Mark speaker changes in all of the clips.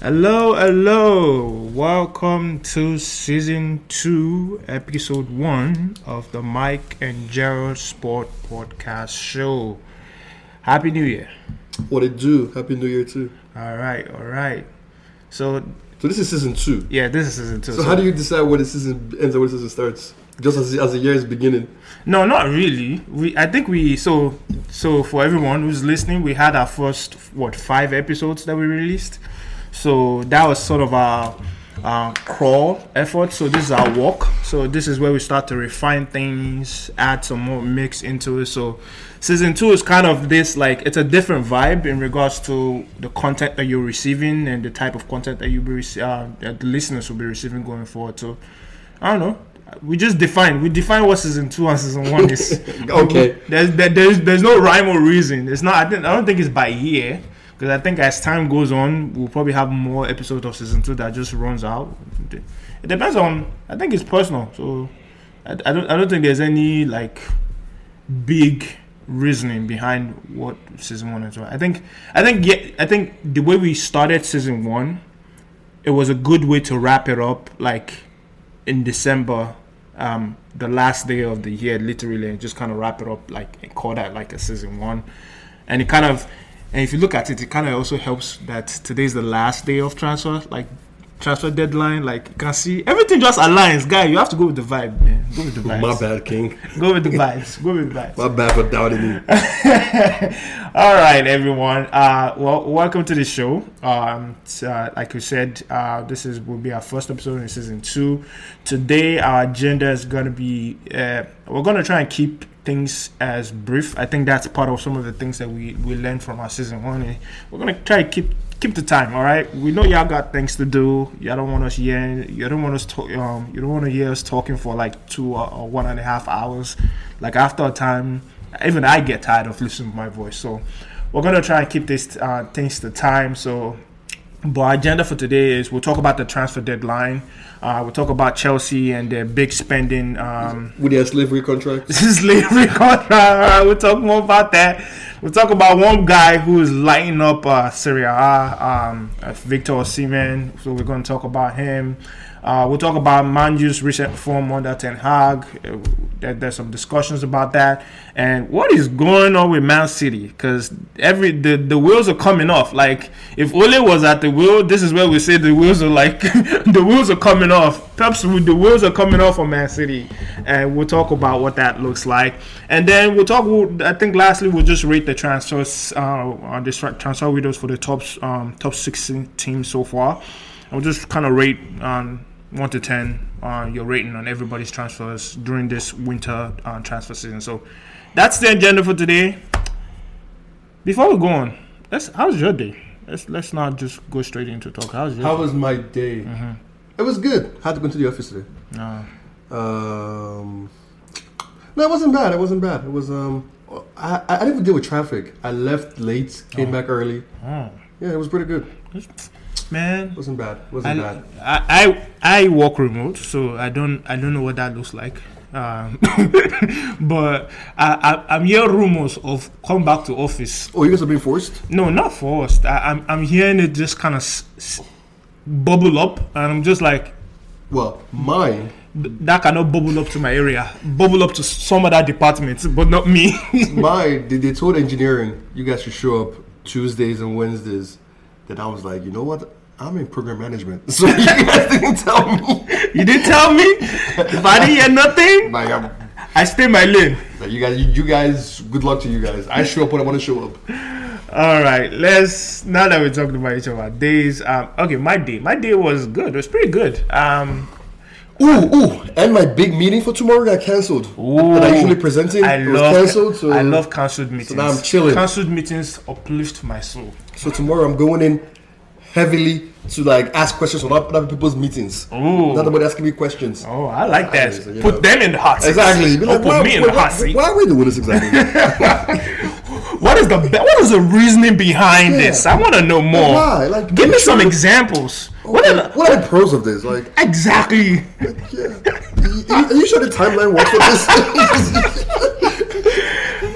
Speaker 1: Hello, hello. Welcome to season two, episode one of the Mike and Gerald Sport Podcast Show. Happy New Year.
Speaker 2: What it do? Happy New Year too.
Speaker 1: All right, all right. So,
Speaker 2: So this is season two.
Speaker 1: yeah, this is season two.
Speaker 2: So how do you decide when the season ends and when the season starts? Just as as the year is beginning.
Speaker 1: No, not really. We I think we so so for everyone who's listening, we had our first what five episodes that we released. So that was sort of our uh, crawl effort. So this is our walk. So this is where we start to refine things, add some more mix into it. So season two is kind of this like it's a different vibe in regards to the content that you're receiving and the type of content that you be rece- uh, that the listeners will be receiving going forward. So I don't know. We just define. We define what season two and season one is.
Speaker 2: Okay.
Speaker 1: There's there, there's there's no rhyme or reason. It's not. I think I don't think it's by year because I think as time goes on, we'll probably have more episodes of season two that just runs out. It depends on. I think it's personal. So I, I don't I don't think there's any like big reasoning behind what season one is. I think I think yeah, I think the way we started season one, it was a good way to wrap it up. Like in December, um, the last day of the year, literally, and just kind of wrap it up like and call that like a season one. And it kind of, and if you look at it, it kind of also helps that today's the last day of transfer, like transfer deadline. Like you can see, everything just aligns, guy. You have to go with the vibe, man. Go with the vibes.
Speaker 2: My bad, King.
Speaker 1: Go with the vibes. Go with the vibes.
Speaker 2: My bad for doubting you.
Speaker 1: All right, everyone. Uh, well, welcome to the show. Um, it's, uh, like we said, uh, this is will be our first episode in season two. Today, our agenda is going to be uh, we're going to try and keep things as brief. I think that's part of some of the things that we we learned from our season one. And We're going to try to keep keep the time. All right. We know y'all got things to do. Y'all don't want us hearing. You don't want us talk. Um, you don't want to hear us talking for like two or, or one and a half hours. Like after a time even I get tired of listening to my voice. So we're gonna try and keep this uh, things to time. So, but our agenda for today is we'll talk about the transfer deadline. Uh, we'll talk about Chelsea and their big spending. Um,
Speaker 2: With their slavery contract.
Speaker 1: this is slavery contract. We'll talk more about that. We'll talk about one guy who is lighting up uh, Serie A, um, uh, Victor Osimhen. So we're going to talk about him. Uh, we'll talk about Manu's recent form under Ten Hag. Uh, there- there's some discussions about that and what is going on with Man City because every the, the wheels are coming off. Like if Ole was at the wheel, this is where we say the wheels are like the wheels are coming off. Perhaps we- the wheels are coming off on Man City, and we'll talk about what that looks like. And then we'll talk. We'll, I think lastly we'll just rate the transfers, uh, uh, the stra- transfer windows for the top um, top sixteen teams so far. I'll just kind of rate um, one to ten uh, your rating on everybody's transfers during this winter uh, transfer season. So that's the agenda for today. Before we go on, let's how's your day? Let's let's not just go straight into talk. How's your
Speaker 2: How was my day? It was good. had to go to the office today.
Speaker 1: uh,
Speaker 2: Um, no, it wasn't bad. It wasn't bad. It was um, I I I didn't even deal with traffic. I left late, came back early.
Speaker 1: oh,
Speaker 2: Yeah, it was pretty good. It
Speaker 1: man?
Speaker 2: wasn't bad. It
Speaker 1: I,
Speaker 2: wasn't bad.
Speaker 1: I I I work remote, so I don't I don't know what that looks like. Um, but I, I I'm hearing rumors of come back to office
Speaker 2: Oh, you guys are being forced.
Speaker 1: No, not forced. I, I'm I'm hearing it just kind of s- s- bubble up, and I'm just like
Speaker 2: Well, mine.
Speaker 1: th- that cannot bubble up to my area, bubble up to some other departments, but not me.
Speaker 2: My they, they told engineering you guys should show up Tuesdays and Wednesdays. Then I was like, you know what? I'm in program management, so you guys didn't tell me.
Speaker 1: you didn't tell me. If I didn't hear nothing,
Speaker 2: Like, I'm,
Speaker 1: I stay in my lane.
Speaker 2: like you guys, you, you guys. Good luck to you guys. I show up when I want to show up.
Speaker 1: All right, let's now that we're talking about each of our days. Um, okay, my day, my day was good. It was pretty good. Um,
Speaker 2: Ooh, ooh! And my big meeting for tomorrow got cancelled. That I usually presenting.
Speaker 1: I
Speaker 2: it was
Speaker 1: love
Speaker 2: cancelled. So
Speaker 1: I love cancelled meetings.
Speaker 2: now I'm chilling.
Speaker 1: Cancelled meetings uplift my soul.
Speaker 2: So tomorrow I'm going in heavily to like ask questions on other people's meetings.
Speaker 1: Ooh.
Speaker 2: Not nobody asking me questions.
Speaker 1: Oh, I like that.
Speaker 2: so, you
Speaker 1: put
Speaker 2: know.
Speaker 1: them in the hot seat.
Speaker 2: Exactly. Be
Speaker 1: Don't
Speaker 2: like,
Speaker 1: put
Speaker 2: why,
Speaker 1: me in
Speaker 2: why,
Speaker 1: the hot
Speaker 2: why,
Speaker 1: seat.
Speaker 2: why are we doing this exactly?
Speaker 1: what is the be- what is the reasoning behind
Speaker 2: Yeah.
Speaker 1: this? I want to know more.
Speaker 2: why? Like,
Speaker 1: Give me
Speaker 2: you
Speaker 1: some
Speaker 2: sure? Oh,
Speaker 1: examples. What are the-
Speaker 2: what are the pros of this? Like,
Speaker 1: exactly?
Speaker 2: yeah. Are you- are you sure the timeline works for this?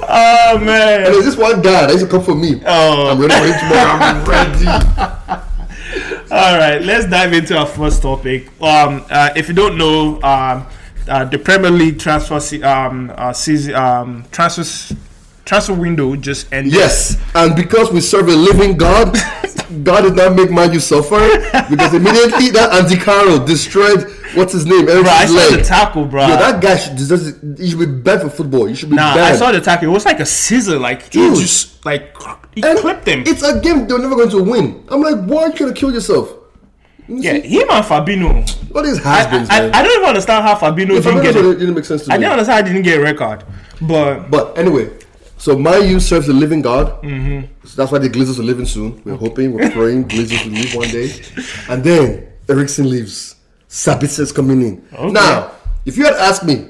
Speaker 1: Oh man.
Speaker 2: There's this one guy that used to come for me.
Speaker 1: Oh.
Speaker 2: I'm ready for him tomorrow. I'm ready.
Speaker 1: All right, let's dive into our first topic. Um, uh, if you don't know, um, uh, the Premier League transfer se- um, uh, season um, transfers transfer window just ended.
Speaker 2: Yes, and because we serve a living God, God did not make man you suffer because immediately that Andy Carroll destroyed what's his name,
Speaker 1: bro, I
Speaker 2: Ericsson's
Speaker 1: saw the
Speaker 2: leg.
Speaker 1: tackle, bro.
Speaker 2: Yo, that guy should deserves. He should be banned for football. He should be
Speaker 1: nah,
Speaker 2: banned.
Speaker 1: I saw the tackle. It was like a scissor, like
Speaker 2: Dude.
Speaker 1: he just like cr- he
Speaker 2: And
Speaker 1: clipped him.
Speaker 2: It's a game they're never going to win. I'm like, why are you trying to kill yourself?
Speaker 1: Yeah, him and Fabino.
Speaker 2: What is
Speaker 1: I,
Speaker 2: has-beens,
Speaker 1: I,
Speaker 2: man?
Speaker 1: I don't even understand how Fabino
Speaker 2: If I'm
Speaker 1: didn't
Speaker 2: honest,
Speaker 1: get.
Speaker 2: it
Speaker 1: It.
Speaker 2: didn't, make sense to
Speaker 1: I
Speaker 2: me.
Speaker 1: didn't understand. I didn't get a record, but
Speaker 2: But anyway, so my youth serves the living God. Mm-hmm. So that's why the Glazers are living soon. We're hoping, we're praying Glazers will leave one day. And then Ericsson leaves. Sabitza's coming in.
Speaker 1: Okay. Mm-hmm.
Speaker 2: Now, if you had asked me,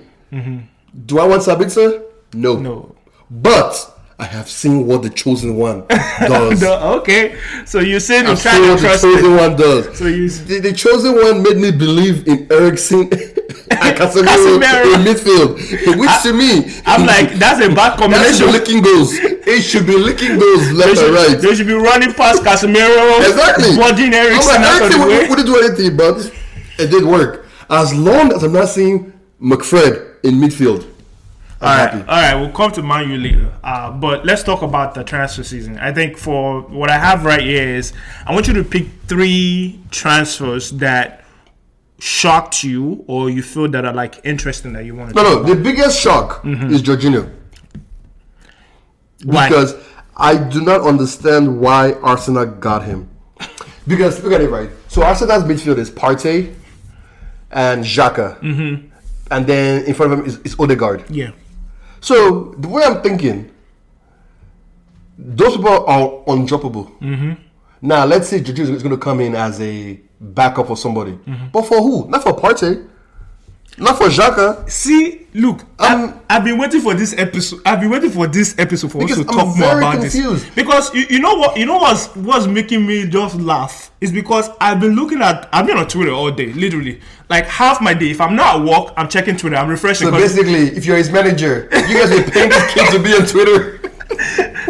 Speaker 2: do I want Sabitzer? No.
Speaker 1: No.
Speaker 2: But I have seen what the chosen one does.
Speaker 1: the, okay. So you said you
Speaker 2: I've
Speaker 1: trying
Speaker 2: seen
Speaker 1: to
Speaker 2: what the
Speaker 1: trust it.
Speaker 2: chosen one does.
Speaker 1: So you.
Speaker 2: The, the chosen one made me believe in Ericsson and Casemiro
Speaker 1: Casemiro.
Speaker 2: in midfield, which to me,
Speaker 1: I'm like that's a bad
Speaker 2: that
Speaker 1: combination.
Speaker 2: should be licking goals. It should be licking goals
Speaker 1: They
Speaker 2: left
Speaker 1: should,
Speaker 2: and right.
Speaker 1: they should be running past Casemiro,
Speaker 2: Exactly.
Speaker 1: Bodin Eriksson
Speaker 2: I'm like,
Speaker 1: out of the
Speaker 2: Ericsson
Speaker 1: way.
Speaker 2: wouldn't, wouldn't do anything, but it did work. As long as I'm not seeing McFred in midfield, I'm
Speaker 1: All right,
Speaker 2: happy.
Speaker 1: all right. We'll come to Man U later. Uh, but let's talk about the transfer season. I think for what I have right here is I want you to pick three transfers that shocked you or you feel that are like interesting that you want to.
Speaker 2: No, no, the biggest shock is Jorginho
Speaker 1: Mm-hmm. Why?
Speaker 2: because I do not understand why Arsenal got him. Because look at it right. So Arsenal's midfield is Partey and Xhaka,
Speaker 1: Mm-hmm.
Speaker 2: and then in front of him is, is Odegaard.
Speaker 1: yeah,
Speaker 2: So the way I'm thinking, those people are undroppable. Now let's say Juju is going to come in as a backup for somebody, but for who? Not for Partey, not for Xhaka.
Speaker 1: See, look,
Speaker 2: I'm-
Speaker 1: I've, I've been waiting for this episode. I've been waiting for this episode for us
Speaker 2: Because
Speaker 1: to
Speaker 2: I'm
Speaker 1: talk more
Speaker 2: very
Speaker 1: about
Speaker 2: confused.
Speaker 1: this. Because you, you know what, you know what's what's making me just laugh is because I've been looking at I've been on Twitter all day, literally. Like half my day. If I'm not at work, I'm checking Twitter. I'm refreshing.
Speaker 2: So
Speaker 1: 'cause-
Speaker 2: basically, if you're his manager, you guys will paying this kid to be on Twitter.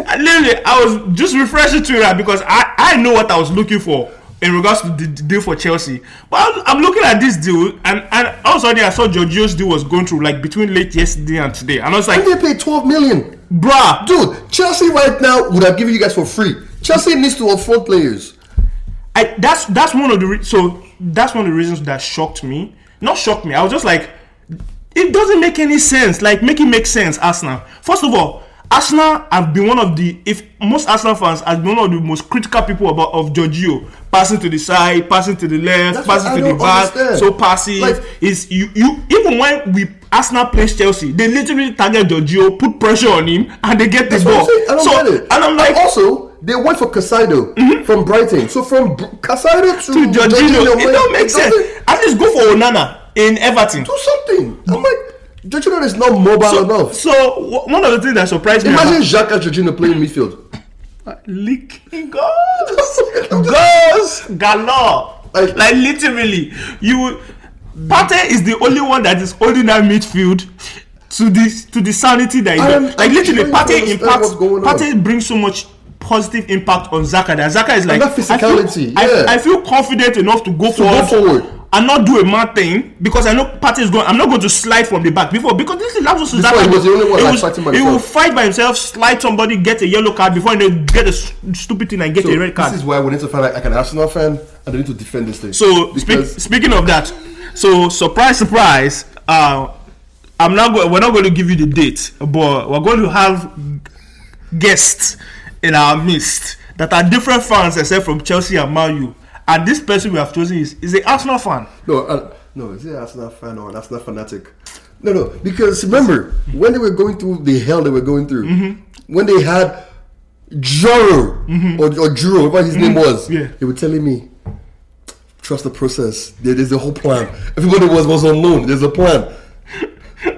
Speaker 1: I literally, I was just refreshing Twitter because I, I know what I was looking for in regards to the, the deal for Chelsea. But I'm, I'm looking at this deal, and, and all of a sudden I saw Georgio's deal was going through like between late yesterday and today. And I was like,
Speaker 2: And they paid 12 million,
Speaker 1: bruh,
Speaker 2: dude. Chelsea right now would have given you guys for free. Chelsea needs to afford players.
Speaker 1: I, that's that's one of the re- so that's one of the reasons that shocked me. Not shocked me. I was just like, it doesn't make any sense. Like, make it make sense, Arsenal. First of all, Arsenal have been one of the if most Arsenal fans have been one of the most critical people about of Giorgio passing to the side, passing to the left,
Speaker 2: That's what
Speaker 1: passing
Speaker 2: I
Speaker 1: to the
Speaker 2: don't
Speaker 1: back,
Speaker 2: understand.
Speaker 1: so passive.
Speaker 2: Like-
Speaker 1: is you you even when we Arsenal plays Chelsea, they literally target Giorgio, put pressure on him, and they get the
Speaker 2: That's
Speaker 1: ball.
Speaker 2: what I'm saying. I don't
Speaker 1: so
Speaker 2: get it.
Speaker 1: and I'm like, Mm-hmm.
Speaker 2: also, they went for Casado from Brighton. So from Br- Casado to,
Speaker 1: to Jorginho.
Speaker 2: Jorginho,
Speaker 1: It
Speaker 2: like,
Speaker 1: don't make sense.
Speaker 2: doesn't
Speaker 1: At least go for Onana in Everton.
Speaker 2: Do something. I'm like, Jorginho is not mobile
Speaker 1: So,
Speaker 2: enough.
Speaker 1: so w- one of the things that surprised
Speaker 2: Imagine Jacques and Jorginho playing
Speaker 1: Mm-hmm.
Speaker 2: midfield.
Speaker 1: me, about- leaking goals, goals galore.
Speaker 2: Like-
Speaker 1: Like, literally, you. Partey is the only one that is holding that midfield to the to the sanity that he
Speaker 2: I am-
Speaker 1: does.
Speaker 2: I'm
Speaker 1: Like literally,
Speaker 2: trying to
Speaker 1: Partey
Speaker 2: understand
Speaker 1: impacts.
Speaker 2: what's going on.
Speaker 1: Partey brings so much positive impact on Zaka. That Zaka is like
Speaker 2: that physicality,
Speaker 1: I feel,
Speaker 2: yeah.
Speaker 1: I, I feel confident enough to go
Speaker 2: go
Speaker 1: forward.
Speaker 2: forward.
Speaker 1: And not do a mad thing because I know Partey is going. I'm not going to slide from the back before because this is that was
Speaker 2: Before he was the only one
Speaker 1: he
Speaker 2: that
Speaker 1: was-
Speaker 2: fighting by
Speaker 1: he will
Speaker 2: himself.
Speaker 1: fight by himself, slide somebody, get a yellow card before they get a s- stupid thing and get a red
Speaker 2: this
Speaker 1: card.
Speaker 2: is why we need to find like, like an Arsenal fan and they need to defend this thing.
Speaker 1: so speak,
Speaker 2: because
Speaker 1: speaking of that, so surprise, surprise, uh, I'm not going. We're not going to give you the date, but we're going to have guests in our midst that are different fans, except from Chelsea and Man U. And this person we have chosen is is an Arsenal fan.
Speaker 2: no, uh, no, is it Arsenal fan or an Arsenal fanatic? No, no, because remember when they were going through the hell they were going through,
Speaker 1: Mm-hmm.
Speaker 2: when they had Joro or, or Juro, whatever his name was,
Speaker 1: Mm-hmm. yeah.
Speaker 2: they were telling me trust the process. There- there's a whole plan. Everybody was was unknown. There's a plan.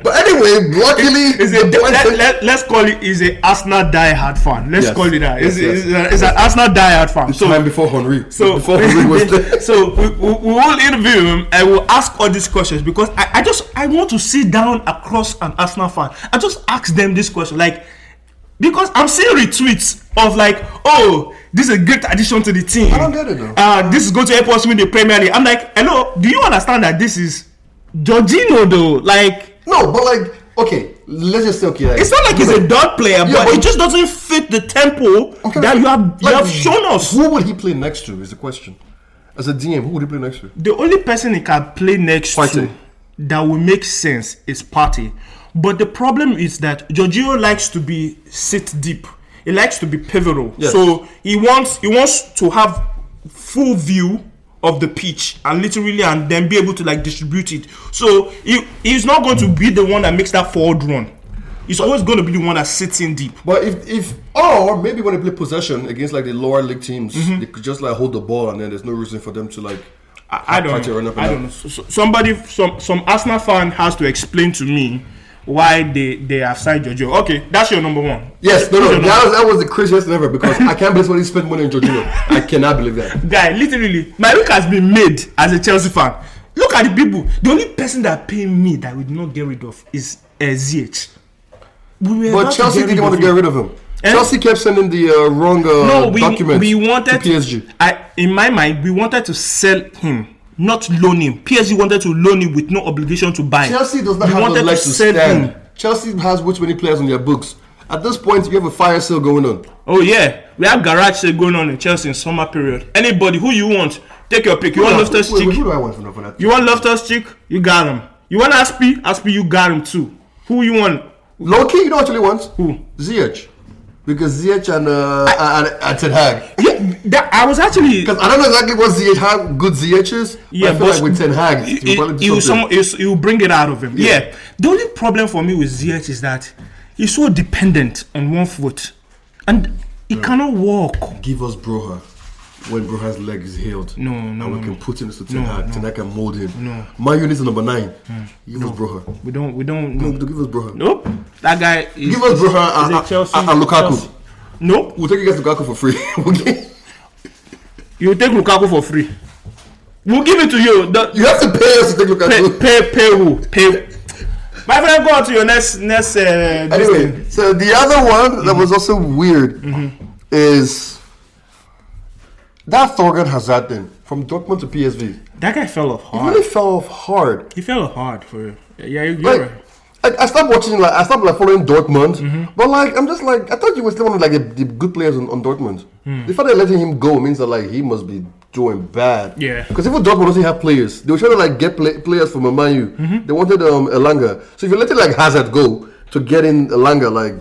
Speaker 2: But anyway, luckily,
Speaker 1: Is
Speaker 2: the
Speaker 1: a,
Speaker 2: plan-
Speaker 1: let, let, let's call it is a Arsenal diehard fan. Let's
Speaker 2: Yes.
Speaker 1: call it that. It's,
Speaker 2: Yes,
Speaker 1: it's, a- it's an Arsenal diehard fan. So
Speaker 2: time before Henry.
Speaker 1: So,
Speaker 2: before Henry was there.
Speaker 1: so we, we, we will interview him and we'll ask all these questions because I, I just I want to sit down across an Arsenal fan. I just ask them this question like because I'm seeing retweets of like oh This is a great addition to the team.
Speaker 2: I don't get it, though.
Speaker 1: Uh, this is going to help us win the Premier League. I'm like, hello, do you understand that this is Jorginho though? Like,
Speaker 2: No, but like, okay, let's just say, okay. Like,
Speaker 1: it's not like he's a dud player, but,
Speaker 2: but-
Speaker 1: it just doesn't fit the tempo
Speaker 2: Okay,
Speaker 1: that you have you
Speaker 2: like,
Speaker 1: have shown us.
Speaker 2: Who would he play next to is the question. As a DM, who would he play next to?
Speaker 1: The only person he can play next
Speaker 2: Partey.
Speaker 1: to that will make sense is Party. But the problem is that Jorginho likes to be sit deep. He likes to be pivotal.
Speaker 2: Yes.
Speaker 1: So he wants he wants to have full view of the pitch and literally and then be able to like distribute it. So he, he's not going to be the one that makes that forward run. He's always going to be the one that sits in deep.
Speaker 2: But if, if or maybe when they play possession against like the lower league teams,
Speaker 1: Mm-hmm.
Speaker 2: they could just like hold the ball and then there's no reason for them to like.
Speaker 1: I, I
Speaker 2: try
Speaker 1: don't
Speaker 2: to run up
Speaker 1: know.
Speaker 2: and
Speaker 1: I don't know. So, so- somebody, some some Arsenal fan has to explain to me why they they have signed Jojo. Okay, that's your number one.
Speaker 2: Yes, no,
Speaker 1: That's
Speaker 2: no,
Speaker 1: your
Speaker 2: that was, that was the craziest thing ever because I can't believe what he spent money on Jorginho. I cannot believe that.
Speaker 1: number- guy. Literally, my week has been made as a Chelsea fan. Look at the people. The only person that paid me that we did not get rid of is uh, ZH. We were
Speaker 2: But
Speaker 1: about to
Speaker 2: Chelsea
Speaker 1: get
Speaker 2: didn't
Speaker 1: rid
Speaker 2: want
Speaker 1: of
Speaker 2: to get
Speaker 1: him.
Speaker 2: rid of him.
Speaker 1: And-
Speaker 2: Chelsea kept sending the uh, wrong uh,
Speaker 1: No, we
Speaker 2: documents
Speaker 1: we wanted
Speaker 2: to PSG.
Speaker 1: I in my mind we wanted to sell him. Not loan him. PSG wanted to loan him with no obligation to buy.
Speaker 2: Chelsea does not
Speaker 1: We
Speaker 2: have the
Speaker 1: wanted
Speaker 2: legs to
Speaker 1: sell
Speaker 2: stand.
Speaker 1: him.
Speaker 2: Chelsea has which many players on their books. At this point, you have a fire sale going on.
Speaker 1: Oh yeah, we have garage sale going on in Chelsea in summer period. Anybody who you want, take your pick. You want
Speaker 2: Wait,
Speaker 1: Loftus
Speaker 2: wait, who
Speaker 1: Cheek?
Speaker 2: do I want for that?
Speaker 1: You want Loftus Cheek? You got him. You want Aspi? Aspi, you got him too. Who you want?
Speaker 2: Low key, you know what you really want?
Speaker 1: Who?
Speaker 2: Ziyech. Because Ziyech and, uh, and, and Ten Hag.
Speaker 1: Yeah, that, I was actually.
Speaker 2: Because I don't know exactly what Ziyech, how good Ziyech is. but
Speaker 1: Yeah,
Speaker 2: I feel
Speaker 1: but
Speaker 2: like with Ten Hag,
Speaker 1: it-
Speaker 2: he'll probably
Speaker 1: it-
Speaker 2: do
Speaker 1: it will
Speaker 2: something.
Speaker 1: some- it will- it will bring it out of him. Yeah. The only problem for me with Ziyech is that he's so dependent on one foot, and he cannot walk.
Speaker 2: Give us Broha when Broha's leg is healed.
Speaker 1: No,
Speaker 2: and
Speaker 1: no,
Speaker 2: we
Speaker 1: no,
Speaker 2: can
Speaker 1: no.
Speaker 2: put him next to Ten
Speaker 1: No,
Speaker 2: Hag.
Speaker 1: no.
Speaker 2: Ten Hag can mold him.
Speaker 1: No. Hmm.
Speaker 2: Man, you need number nine. Give us Broha.
Speaker 1: We don't. We don't.
Speaker 2: No, give us Broha.
Speaker 1: Nope. That guy. Is,
Speaker 2: Give us
Speaker 1: is-
Speaker 2: Broha and-
Speaker 1: is a
Speaker 2: and- and Lukaku.
Speaker 1: Nope.
Speaker 2: We'll take you guys to Gaku for free. Okay.
Speaker 1: you take Lukaku for free. We'll give it to you. The,
Speaker 2: you have to pay us to take
Speaker 1: pay,
Speaker 2: Lukaku.
Speaker 1: pay, pay who? Pay. My friend, go on to your next next. Uh, this
Speaker 2: Anyway,
Speaker 1: thing.
Speaker 2: so the other one that
Speaker 1: Mm-hmm.
Speaker 2: was also weird is that Thorgan Hazard thing from Dortmund to PSV.
Speaker 1: that guy fell off
Speaker 2: He
Speaker 1: hard.
Speaker 2: really fell off hard.
Speaker 1: He fell off hard for you. Yeah, you- you're
Speaker 2: Like,
Speaker 1: right. Mm-hmm.
Speaker 2: I, I stopped watching. Like I stopped like following Dortmund, but like I'm just like I thought you were still one of like the, the good players on, on Dortmund.
Speaker 1: Mm.
Speaker 2: The fact that letting him go means that like he must be doing bad.
Speaker 1: Yeah.
Speaker 2: Because even Dortmund doesn't have players. They were trying to like get play, players from Manu.
Speaker 1: Mm-hmm.
Speaker 2: They wanted um Elanga. So if you let it like Hazard go to get in Elanga, like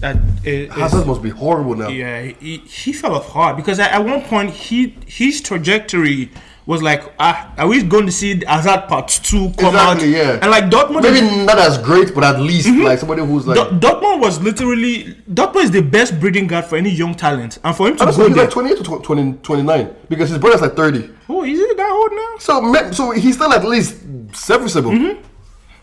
Speaker 1: That it, it's-
Speaker 2: Hazard must be horrible now.
Speaker 1: yeah, he, he fell off hard because at, at one point he his trajectory was like, ah, are we going to see Hazard part two come out?
Speaker 2: Exactly, yeah.
Speaker 1: And like Dortmund,
Speaker 2: Maybe not as great, but at least
Speaker 1: Mm-hmm.
Speaker 2: like somebody who's like.
Speaker 1: Dort- Dortmund was literally Dortmund is the best breeding guard for any young talent, and for him to
Speaker 2: I don't
Speaker 1: go
Speaker 2: think he's
Speaker 1: there.
Speaker 2: like 28 or 20, 29 because his brother's like 30.
Speaker 1: oh, is it that old now?
Speaker 2: So me- so he's still at least serviceable.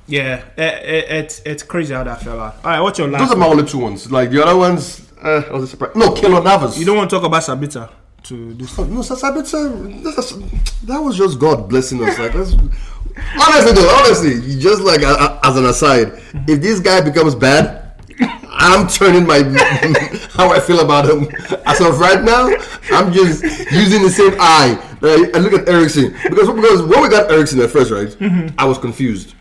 Speaker 1: Yeah, it, it, it's it's crazy how that fell out. All right, what's your last?
Speaker 2: Those are my only two ones. Like the other ones, uh, I was surprised. No, Keylor Navas.
Speaker 1: you don't want to talk about Sabita to this.
Speaker 2: No, Sasabita, this is- that was just God blessing us. Like, that's, honestly, though, honestly, you just like uh, uh, as an aside, if this guy becomes bad, I'm turning my how I feel about him. As of right now, I'm just using the same eye. Like, I look at Ericsson because because when we got Ericsson at first, right? I was confused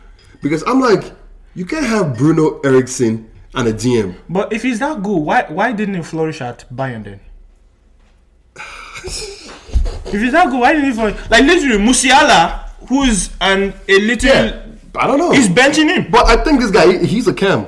Speaker 2: because I'm like, you can't have Bruno Ericsson and a DM.
Speaker 1: But if he's that good, why why didn't he flourish at Bayern then? if he's that good, why didn't he flourish? Like literally Musiala, who's an a little,
Speaker 2: I don't know.
Speaker 1: he's benching him.
Speaker 2: But I think this guy, he- he's a cam.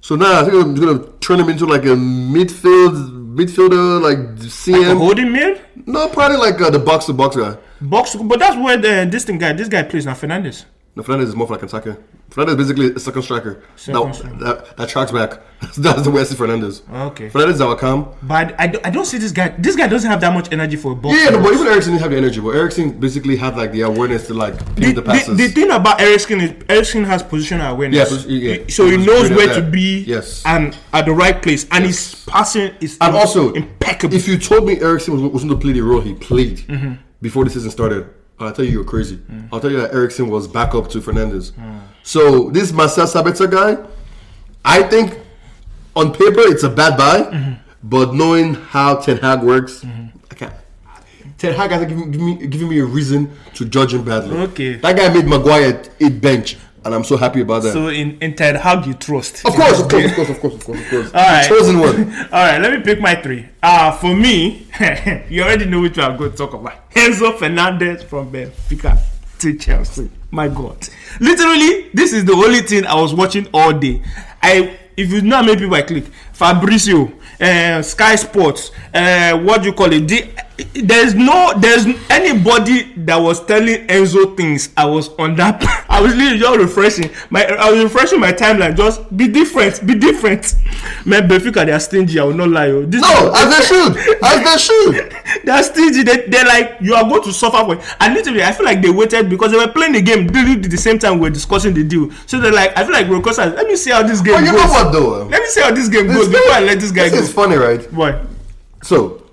Speaker 2: So now I think I'm gonna turn him into like a midfield midfielder, like CM.
Speaker 1: Holding mid,
Speaker 2: no, probably like uh, the box to box guy.
Speaker 1: box, but that's where the, this thing guy, this guy plays now Fernandez.
Speaker 2: No, Fernandez is more of like an attacker. Fernandez is basically a second striker.
Speaker 1: Second
Speaker 2: that,
Speaker 1: striker.
Speaker 2: that that tracks back. That's the way I see Fernandez.
Speaker 1: Okay.
Speaker 2: Fernandez is our cam.
Speaker 1: But I, do, I don't see this guy. This guy doesn't have that much energy for a box.
Speaker 2: Yeah, no, but even Ericsson didn't have the energy. But Ericsson basically had like the awareness to like
Speaker 1: the,
Speaker 2: pick the, passes.
Speaker 1: the thing about Ericsson is Ericsson has positional awareness.
Speaker 2: Yeah, pos- yeah.
Speaker 1: He- So he
Speaker 2: He's
Speaker 1: knows
Speaker 2: good at
Speaker 1: where
Speaker 2: that.
Speaker 1: to be
Speaker 2: Yes.
Speaker 1: and at the right place. And his passing is
Speaker 2: And also,
Speaker 1: impeccable. Mm-hmm.
Speaker 2: If you told me Ericsson was, was going to play the role he played before the season started, I'll tell you you're crazy.
Speaker 1: Mm.
Speaker 2: I'll tell you that Ericsson was backup to Fernandez. So
Speaker 1: Mm-hmm.
Speaker 2: this Marcel Sabitzer guy, I think on paper it's a bad buy. But knowing how Ten Hag works, I can't. Ten Hag hasn't given, given, me, given me a reason to judge him badly.
Speaker 1: Okay.
Speaker 2: That guy made Maguire a bench, and I'm so happy about that.
Speaker 1: So in, in Ted Hag you trust.
Speaker 2: of course, of course, of course, of course, of course, of course.
Speaker 1: All right.
Speaker 2: The Chosen one.
Speaker 1: All right, let me pick my three. Uh, for me, you already know which one I'm going to talk about. Enzo Fernandez from Benfica to Chelsea. My God. Literally, this is the only thing I was watching all day. I, if you know how many people I click, Fabrizio, uh, Sky Sports, uh, what do you call it? The, there's no, there's anybody that was telling Enzo things. I was on that. I was literally just refreshing my, I was refreshing my timeline. Just be different, be different. Man, Benfica, they are stingy. I will not lie. oh. This
Speaker 2: No, as they should. As they should.
Speaker 1: they're stingy. They, they're like, you are going to suffer for it. And literally, I feel like they waited because they were playing the game literally the same time we were discussing the deal. So they're like, I feel like Rocosa, let me see how this game
Speaker 2: But you
Speaker 1: goes.
Speaker 2: know what though?
Speaker 1: Let me see how this game goes
Speaker 2: This-
Speaker 1: before I let this guy
Speaker 2: This is
Speaker 1: go.
Speaker 2: funny, right?
Speaker 1: Why?
Speaker 2: So,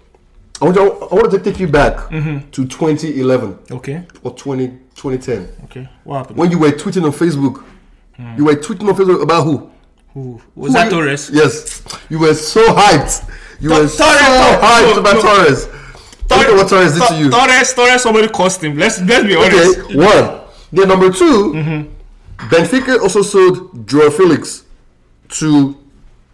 Speaker 2: I want to, I want to take you back
Speaker 1: Mm-hmm.
Speaker 2: to 2011
Speaker 1: Okay.
Speaker 2: or 20, 2010
Speaker 1: Okay. What happened?
Speaker 2: when you were tweeting on Facebook. You were tweeting on Facebook about who?
Speaker 1: Who? Was
Speaker 2: Who
Speaker 1: that
Speaker 2: you-
Speaker 1: Torres?
Speaker 2: Yes. You were so hyped. You
Speaker 1: Tor-
Speaker 2: were so
Speaker 1: Torres, Torres,
Speaker 2: hyped
Speaker 1: no,
Speaker 2: about
Speaker 1: no.
Speaker 2: Torres. Look at what Torres did to you.
Speaker 1: Torres, Torres, somebody cost him. Let's let's be honest.
Speaker 2: Okay, one. Then number 2
Speaker 1: Mm-hmm.
Speaker 2: Benfica also sold Joao Felix to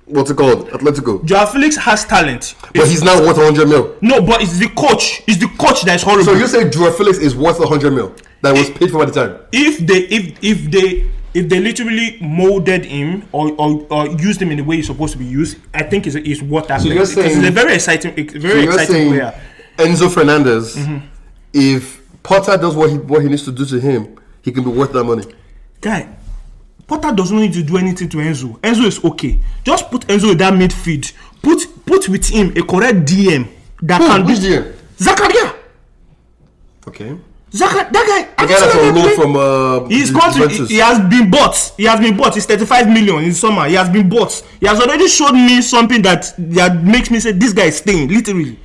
Speaker 2: what's it called? Atletico.
Speaker 1: Joao Felix has talent.
Speaker 2: But he's now worth 100 mil.
Speaker 1: No, but it's the coach. It's the coach that is horrible.
Speaker 2: So you say Joao Felix is worth 100 mil that was paid for at the time?
Speaker 1: if they if if they if they literally molded him or, or, or used him in the way he's supposed to be used, I think is is what happened.
Speaker 2: you're
Speaker 1: Because
Speaker 2: saying-
Speaker 1: it's a very exciting, it's a
Speaker 2: So
Speaker 1: very
Speaker 2: you're
Speaker 1: exciting
Speaker 2: saying
Speaker 1: player.
Speaker 2: Enzo Fernandez, if Potter does what he what he needs to do to him, he can be worth that money.
Speaker 1: Guy, Potter doesn't need to do anything to Enzo. Enzo is okay. Just put Enzo in that midfield. Put put with him a correct DM that
Speaker 2: Who?
Speaker 1: can
Speaker 2: Hmm, Which
Speaker 1: do
Speaker 2: DM?
Speaker 1: Zakaria.
Speaker 2: Okay.
Speaker 1: Zakaria, that guy.
Speaker 2: The guy that's on
Speaker 1: absolutely-
Speaker 2: loan from uh,
Speaker 1: He's
Speaker 2: Ju-
Speaker 1: gone to, he,
Speaker 2: Juventus.
Speaker 1: he has been bought. He has been bought. He's 35 million in summer. He has been bought. He has already showed me something that that makes me say this guy is staying, literally.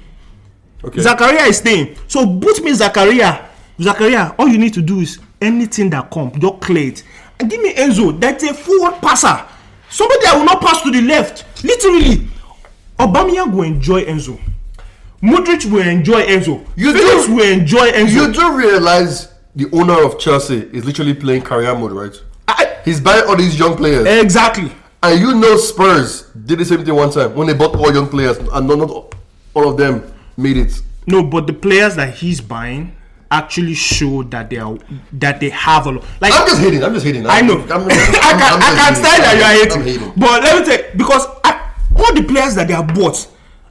Speaker 2: Okay.
Speaker 1: Zakaria is staying. So boot me Zakaria. Zakaria, all you need to do is anything that comes, just clear it. And give me Enzo, that's a forward passer. Somebody that will not pass to the left. Literally. Aubameyang will enjoy Enzo. Modric will enjoy Enzo.
Speaker 2: You
Speaker 1: Felix
Speaker 2: do-
Speaker 1: will enjoy Enzo.
Speaker 2: You do realize the owner of Chelsea is literally playing career mode, right?
Speaker 1: I-
Speaker 2: He's buying all these young players,
Speaker 1: exactly.
Speaker 2: and you know Spurs did the same thing one time when they bought all young players, and not, not all of them made it.
Speaker 1: No, but the players that he's buying actually show that they are that they have a lot. Like
Speaker 2: I'm just hating. I'm just hating.
Speaker 1: I know, i
Speaker 2: I'm,
Speaker 1: can
Speaker 2: I'm- I'm
Speaker 1: i
Speaker 2: just
Speaker 1: can
Speaker 2: hating.
Speaker 1: tell that you are
Speaker 2: I'm
Speaker 1: hating, but let me tell you, because I, all the players that they have bought,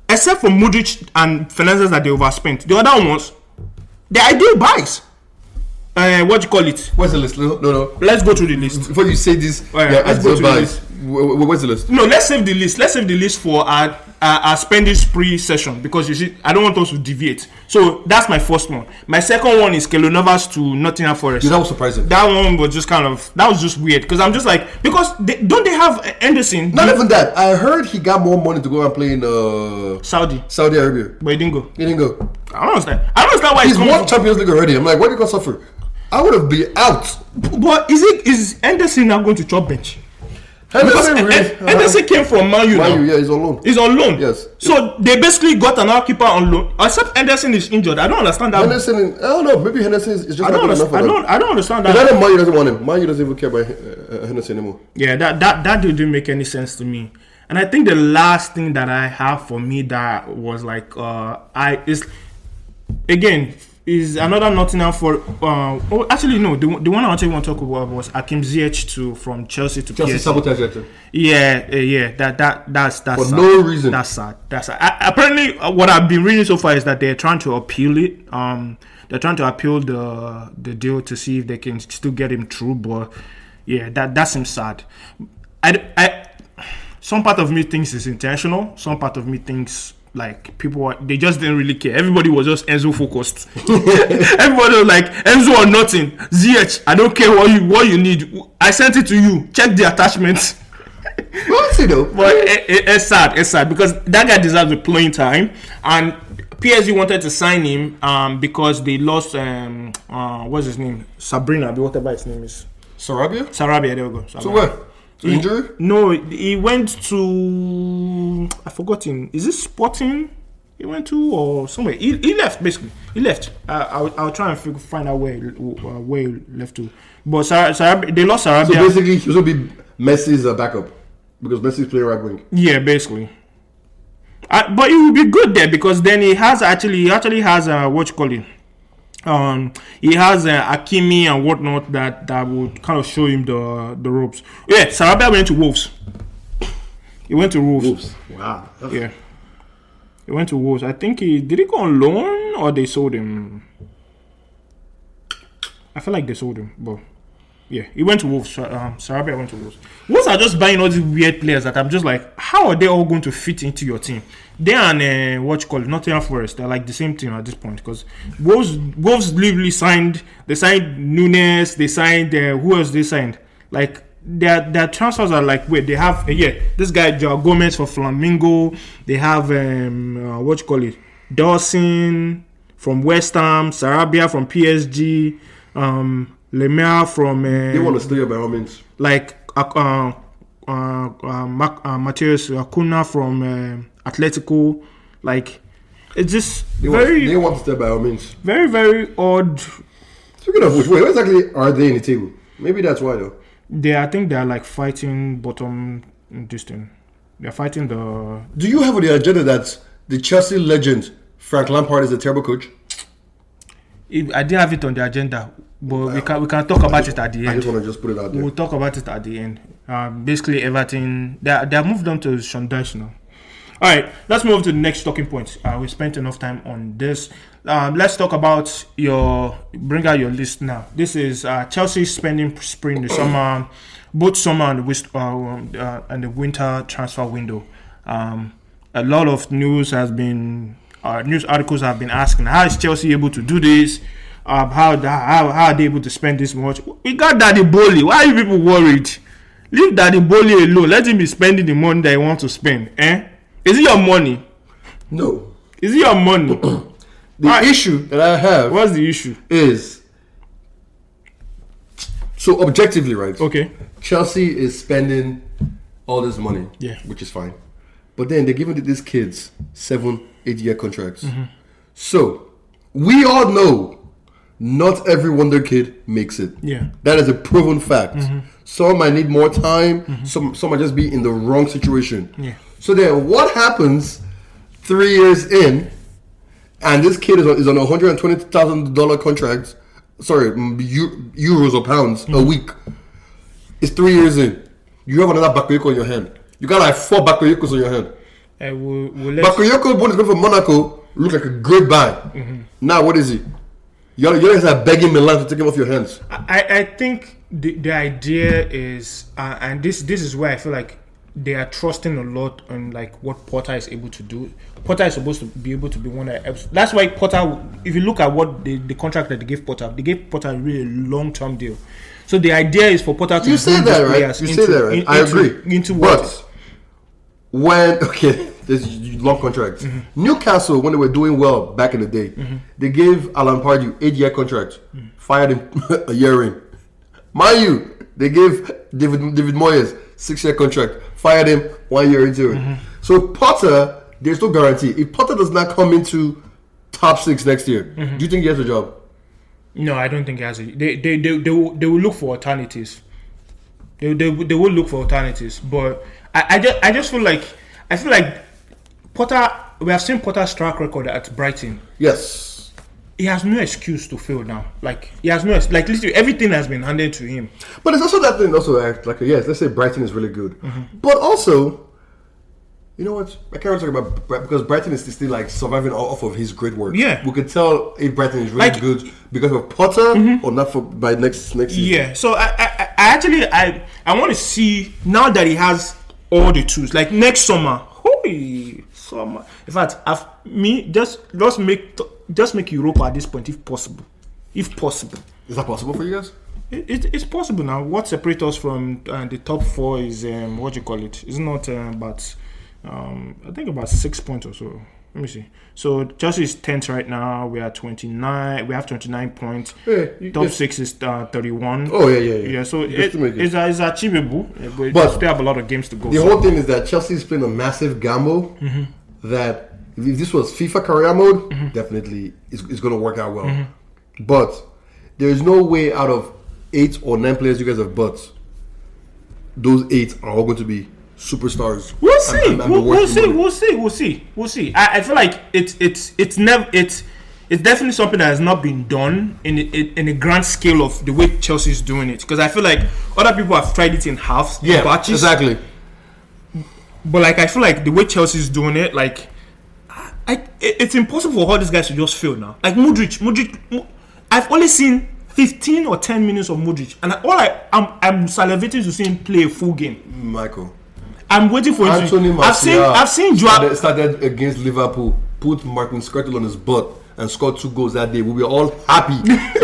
Speaker 1: except for Modric and Fernandez that they overspent, the other ones, the ideal buys. Uh, what do you call it?
Speaker 2: Where's the list? No, no, no.
Speaker 1: Let's go through the list.
Speaker 2: Before you say this,
Speaker 1: Alright,
Speaker 2: yeah,
Speaker 1: let's
Speaker 2: as
Speaker 1: go
Speaker 2: well
Speaker 1: to the
Speaker 2: by-
Speaker 1: list.
Speaker 2: wh- wh- where's the list?
Speaker 1: No, let's save the list. Let's save the list for our, our, our spending spree session because you see, I don't want us to deviate. So that's my first one. My second one is Kelonovas to Nottingham Forest.
Speaker 2: Dude, that was surprising.
Speaker 1: that one was just kind of that was just weird because I'm just like because they, don't they have uh, Anderson
Speaker 2: Not
Speaker 1: the-
Speaker 2: even that. I heard he got more money to go and play in uh,
Speaker 1: Saudi,
Speaker 2: Saudi Arabia.
Speaker 1: but he didn't go.
Speaker 2: He didn't go.
Speaker 1: I don't understand. I don't understand why
Speaker 2: He's
Speaker 1: he's
Speaker 2: won
Speaker 1: coming.
Speaker 2: Champions League already. I'm like, why do you go suffer? I would have been out.
Speaker 1: from- But is it is Anderson now going to chop bench? Because
Speaker 2: Henderson,
Speaker 1: An-
Speaker 2: really,
Speaker 1: An- Anderson came from Man U.
Speaker 2: Why
Speaker 1: now.
Speaker 2: you? Yeah, he's on loan.
Speaker 1: He's on loan.
Speaker 2: Yes.
Speaker 1: So they basically got another keeper on loan. Except Anderson is injured. I don't understand that.
Speaker 2: Henderson, I don't know. Maybe Henderson is is just
Speaker 1: I
Speaker 2: not
Speaker 1: don't
Speaker 2: good enough
Speaker 1: understand.
Speaker 2: for
Speaker 1: I don't.
Speaker 2: that.
Speaker 1: I don't understand
Speaker 2: Is
Speaker 1: that.
Speaker 2: that Man U doesn't want him. Man U doesn't even care about uh, uh, Henderson anymore.
Speaker 1: Yeah, that that that deal didn't make any sense to me. And I think the last thing that I have for me that was like uh I is again is another Nottingham for uh oh actually no the, one- the one I actually want to talk about was Akim Ziyech to from Chelsea to
Speaker 2: Just
Speaker 1: PSG.
Speaker 2: sabotage letter.
Speaker 1: Yeah, uh, yeah, that that that's that's
Speaker 2: For
Speaker 1: sad.
Speaker 2: no reason.
Speaker 1: That's sad. That's sad. I, apparently uh, what I've been reading so far is that they're trying to appeal it. Um, they're trying to appeal the the deal to see if they can still get him through. But yeah, that that seems sad. I, d- I- some part of me thinks it's intentional. Some part of me thinks like people are, they just didn't really care. Everybody was just Enzo focused. Everybody was like Enzo or nothing. ZH, I don't care what you what you need. I sent it to you. Check the attachments.
Speaker 2: Well, see though.
Speaker 1: But it, it, it's sad. It's sad because that guy deserves the playing time. And PSG wanted to sign him um, because they lost um, uh, what's his name, Sabrina, whatever his name is,
Speaker 2: Sarabia?
Speaker 1: Sarabia. There we go. Sarabia.
Speaker 2: To where? Injury?
Speaker 1: No, he went to I forgot him. Is this Sporting? He went to or somewhere. He, he left basically. He left. I I'll, I'll try and fig- find out where uh, where he left to. But Sar- Sarab- they lost Sarabia.
Speaker 2: So basically, he will be Messi's uh, backup because Messi's playing right wing.
Speaker 1: Yeah, basically. I, but it would be good there because then he has actually he actually has a what you call it. Um, he has uh, Akimi and whatnot that that would kind of show him the the ropes. Yeah, Sarabia went to Wolves. He went to Wolves.
Speaker 2: Wow.
Speaker 1: Yeah, he went to Wolves. I think he did he go on loan or they sold him. I feel like they sold him, but yeah, he went to Wolves. Sa- Um, Sarabia went to Wolves. Wolves are just buying all these weird players that I'm just like, how are they all going to fit into your team? They and uh, what you call it, Nottingham Forest, they're like the same team at this point because Wolves, Wolves literally signed. They signed Nunes. They signed uh, who else? They signed like their their transfers are like wait they have uh, yeah this guy Joao Gomez for Flamingo. They have um uh, what you call it Dawson from West Ham, Sarabia from PSG, um, Lemar from
Speaker 2: They want
Speaker 1: uh,
Speaker 2: to stay here by all means.
Speaker 1: like uh, uh, uh, uh, Mac- uh, Mateus Acuna from uh, Atletico. Like it's just
Speaker 2: They want,
Speaker 1: very,
Speaker 2: they want to stay by all means.
Speaker 1: very, very odd.
Speaker 2: Speaking of which, where exactly are they in the table? Maybe that's why though.
Speaker 1: They, I think they are like fighting bottom this thing. They're fighting the
Speaker 2: Do you have on the agenda that the Chelsea legend Frank Lampard is a terrible coach?
Speaker 1: If- I didn't have it on the agenda, but we can we can talk about it at the
Speaker 2: I just
Speaker 1: end.
Speaker 2: want to just put it out there.
Speaker 1: We'll talk about it at the end. Um, basically, Everton they are- they have moved on to Shandash now. All right, let's move to the next talking point. Uh, we spent enough time on this. Um, let's talk about your bring out your list now. This is uh, Chelsea spending spring the summer, both summer and the, wis- uh, um, uh, and the winter transfer window. Um, a lot of news has been uh, news articles have been asking how is Chelsea able to do this? Um, how, the- how how are they able to spend this much? We got Daddy Bowley. Why are you people worried? Leave Daddy Bowley alone. Let him be spending the money that he wants to spend. Eh? Is it your money?
Speaker 2: No.
Speaker 1: Is it your money?
Speaker 2: The
Speaker 1: Alright.
Speaker 2: issue that I have
Speaker 1: What's the issue?
Speaker 2: is so objectively, right?
Speaker 1: Okay.
Speaker 2: Chelsea is spending all this money,
Speaker 1: Yeah.
Speaker 2: which is fine. But then they're giving these kids seven, eight year contracts. So we all know not every wonder kid makes it.
Speaker 1: Yeah.
Speaker 2: That is a proven fact. Some might need more time, some some might just be in the wrong situation.
Speaker 1: Yeah.
Speaker 2: So then what happens three years in and this kid is on, is on a hundred and twenty thousand dollar contract. Sorry, mm, eu- euros or pounds a week. It's three years in. You have another Bakayoko on your hand. You got like four Bakayokos on your hand.
Speaker 1: Uh, we'll, we'll let
Speaker 2: Bakayoko, born is going from Monaco, look like a great buy. Now what is he? Your your guys are begging Milan to take him off your hands.
Speaker 1: I, I think the, the idea is, uh, and this this is where I feel like they are trusting a lot on like what Potter is able to do. Potter is supposed to be able to be one of the abs- that's why Potter. If you look at what the, the contract that they gave Potter, they gave Potter a really long term deal. So the idea is for Potter to
Speaker 2: You say
Speaker 1: bring these
Speaker 2: that, right?
Speaker 1: players
Speaker 2: You
Speaker 1: into-
Speaker 2: say that, right?
Speaker 1: in-
Speaker 2: I
Speaker 1: into-
Speaker 2: agree.
Speaker 1: Into what?
Speaker 2: But when okay, this is long contract.
Speaker 1: Mm-hmm.
Speaker 2: Newcastle, when they were doing well back in the day, they gave Alan Pardew eight year contract,
Speaker 1: Mm-hmm.
Speaker 2: fired him a year in. Mind you, they gave David David Moyes six year contract, fired him one year into it.
Speaker 1: Mm-hmm.
Speaker 2: So Potter, there's no guarantee. If Potter does not come into top six next year,
Speaker 1: Mm-hmm.
Speaker 2: do you think he has a job?
Speaker 1: No, I don't think it has. A, they, they, they, they, will, they will look for alternatives. They, they, they will look for alternatives. But I, I, just, I just feel like I feel like Potter. We have seen Potter's track record at Brighton.
Speaker 2: Yes.
Speaker 1: He has no excuse to fail now. Like he has no ex- like literally everything has been handed to him.
Speaker 2: But it's also that thing. Also, like, like yes, let's say Brighton is really good,
Speaker 1: Mm-hmm.
Speaker 2: but also, you know what? I can't really talk about Bri- because Brighton is still like surviving all off of his great work.
Speaker 1: Yeah.
Speaker 2: we could tell if Brighton is really
Speaker 1: Like- Mm-hmm.
Speaker 2: good because of Potter or not for by next next season.
Speaker 1: Yeah. So I, I, I I actually I, I want to see now that he has all the tools. Like next summer, holy summer. In fact, I've me just just make just make Europa at this point if possible, if possible.
Speaker 2: Is that possible for you guys?
Speaker 1: It, it, it's possible now. What separates us from uh, the top four is um, what do you call it? It's not uh, about um, I think about six points or so. Let me see. So Chelsea is tenth right now. We are twenty nine. We have twenty nine points.
Speaker 2: Yeah, you-
Speaker 1: Top
Speaker 2: yeah.
Speaker 1: six is uh, thirty one.
Speaker 2: Oh yeah, yeah, yeah.
Speaker 1: Yeah, so
Speaker 2: Just
Speaker 1: it,
Speaker 2: to make it-
Speaker 1: it's, uh, it's achievable, uh, but,
Speaker 2: But-
Speaker 1: they still have a lot of games to go.
Speaker 2: The
Speaker 1: so-
Speaker 2: whole thing is that Chelsea's playing a massive gamble
Speaker 1: Mm-hmm.
Speaker 2: that if this was FIFA career mode, definitely it's, it's going to work out well.
Speaker 1: Mm-hmm.
Speaker 2: But there is no way out of eight or nine players you guys have bought, those eight are all going to be superstars.
Speaker 1: We'll
Speaker 2: and-
Speaker 1: see.
Speaker 2: and- and
Speaker 1: we'll,
Speaker 2: be
Speaker 1: we'll
Speaker 2: worth
Speaker 1: see.
Speaker 2: the money.
Speaker 1: We'll see. We'll see. We'll see. I, I feel like it's it's it's never it's it's definitely something that has not been done in the, in in the grand scale of the way Chelsea's doing it. Because I feel like other people have tried it in halves, in
Speaker 2: Yeah,
Speaker 1: batches.
Speaker 2: exactly.
Speaker 1: But like I feel like the way Chelsea's doing it, like I, I- it's impossible for all these guys to just fail now. Like Modric, Modric, Mo- I've only seen. 15 or 10 minutes of Modric, and I- all I, I'm, I'm salivating to see him play a full game.
Speaker 2: Michael.
Speaker 1: I'm waiting for him
Speaker 2: Anthony
Speaker 1: to. I've seen,
Speaker 2: Martial
Speaker 1: I've seen Joao.
Speaker 2: started, started against Liverpool, put Martin Skrtel on his butt, and scored two goals that day. We were all happy.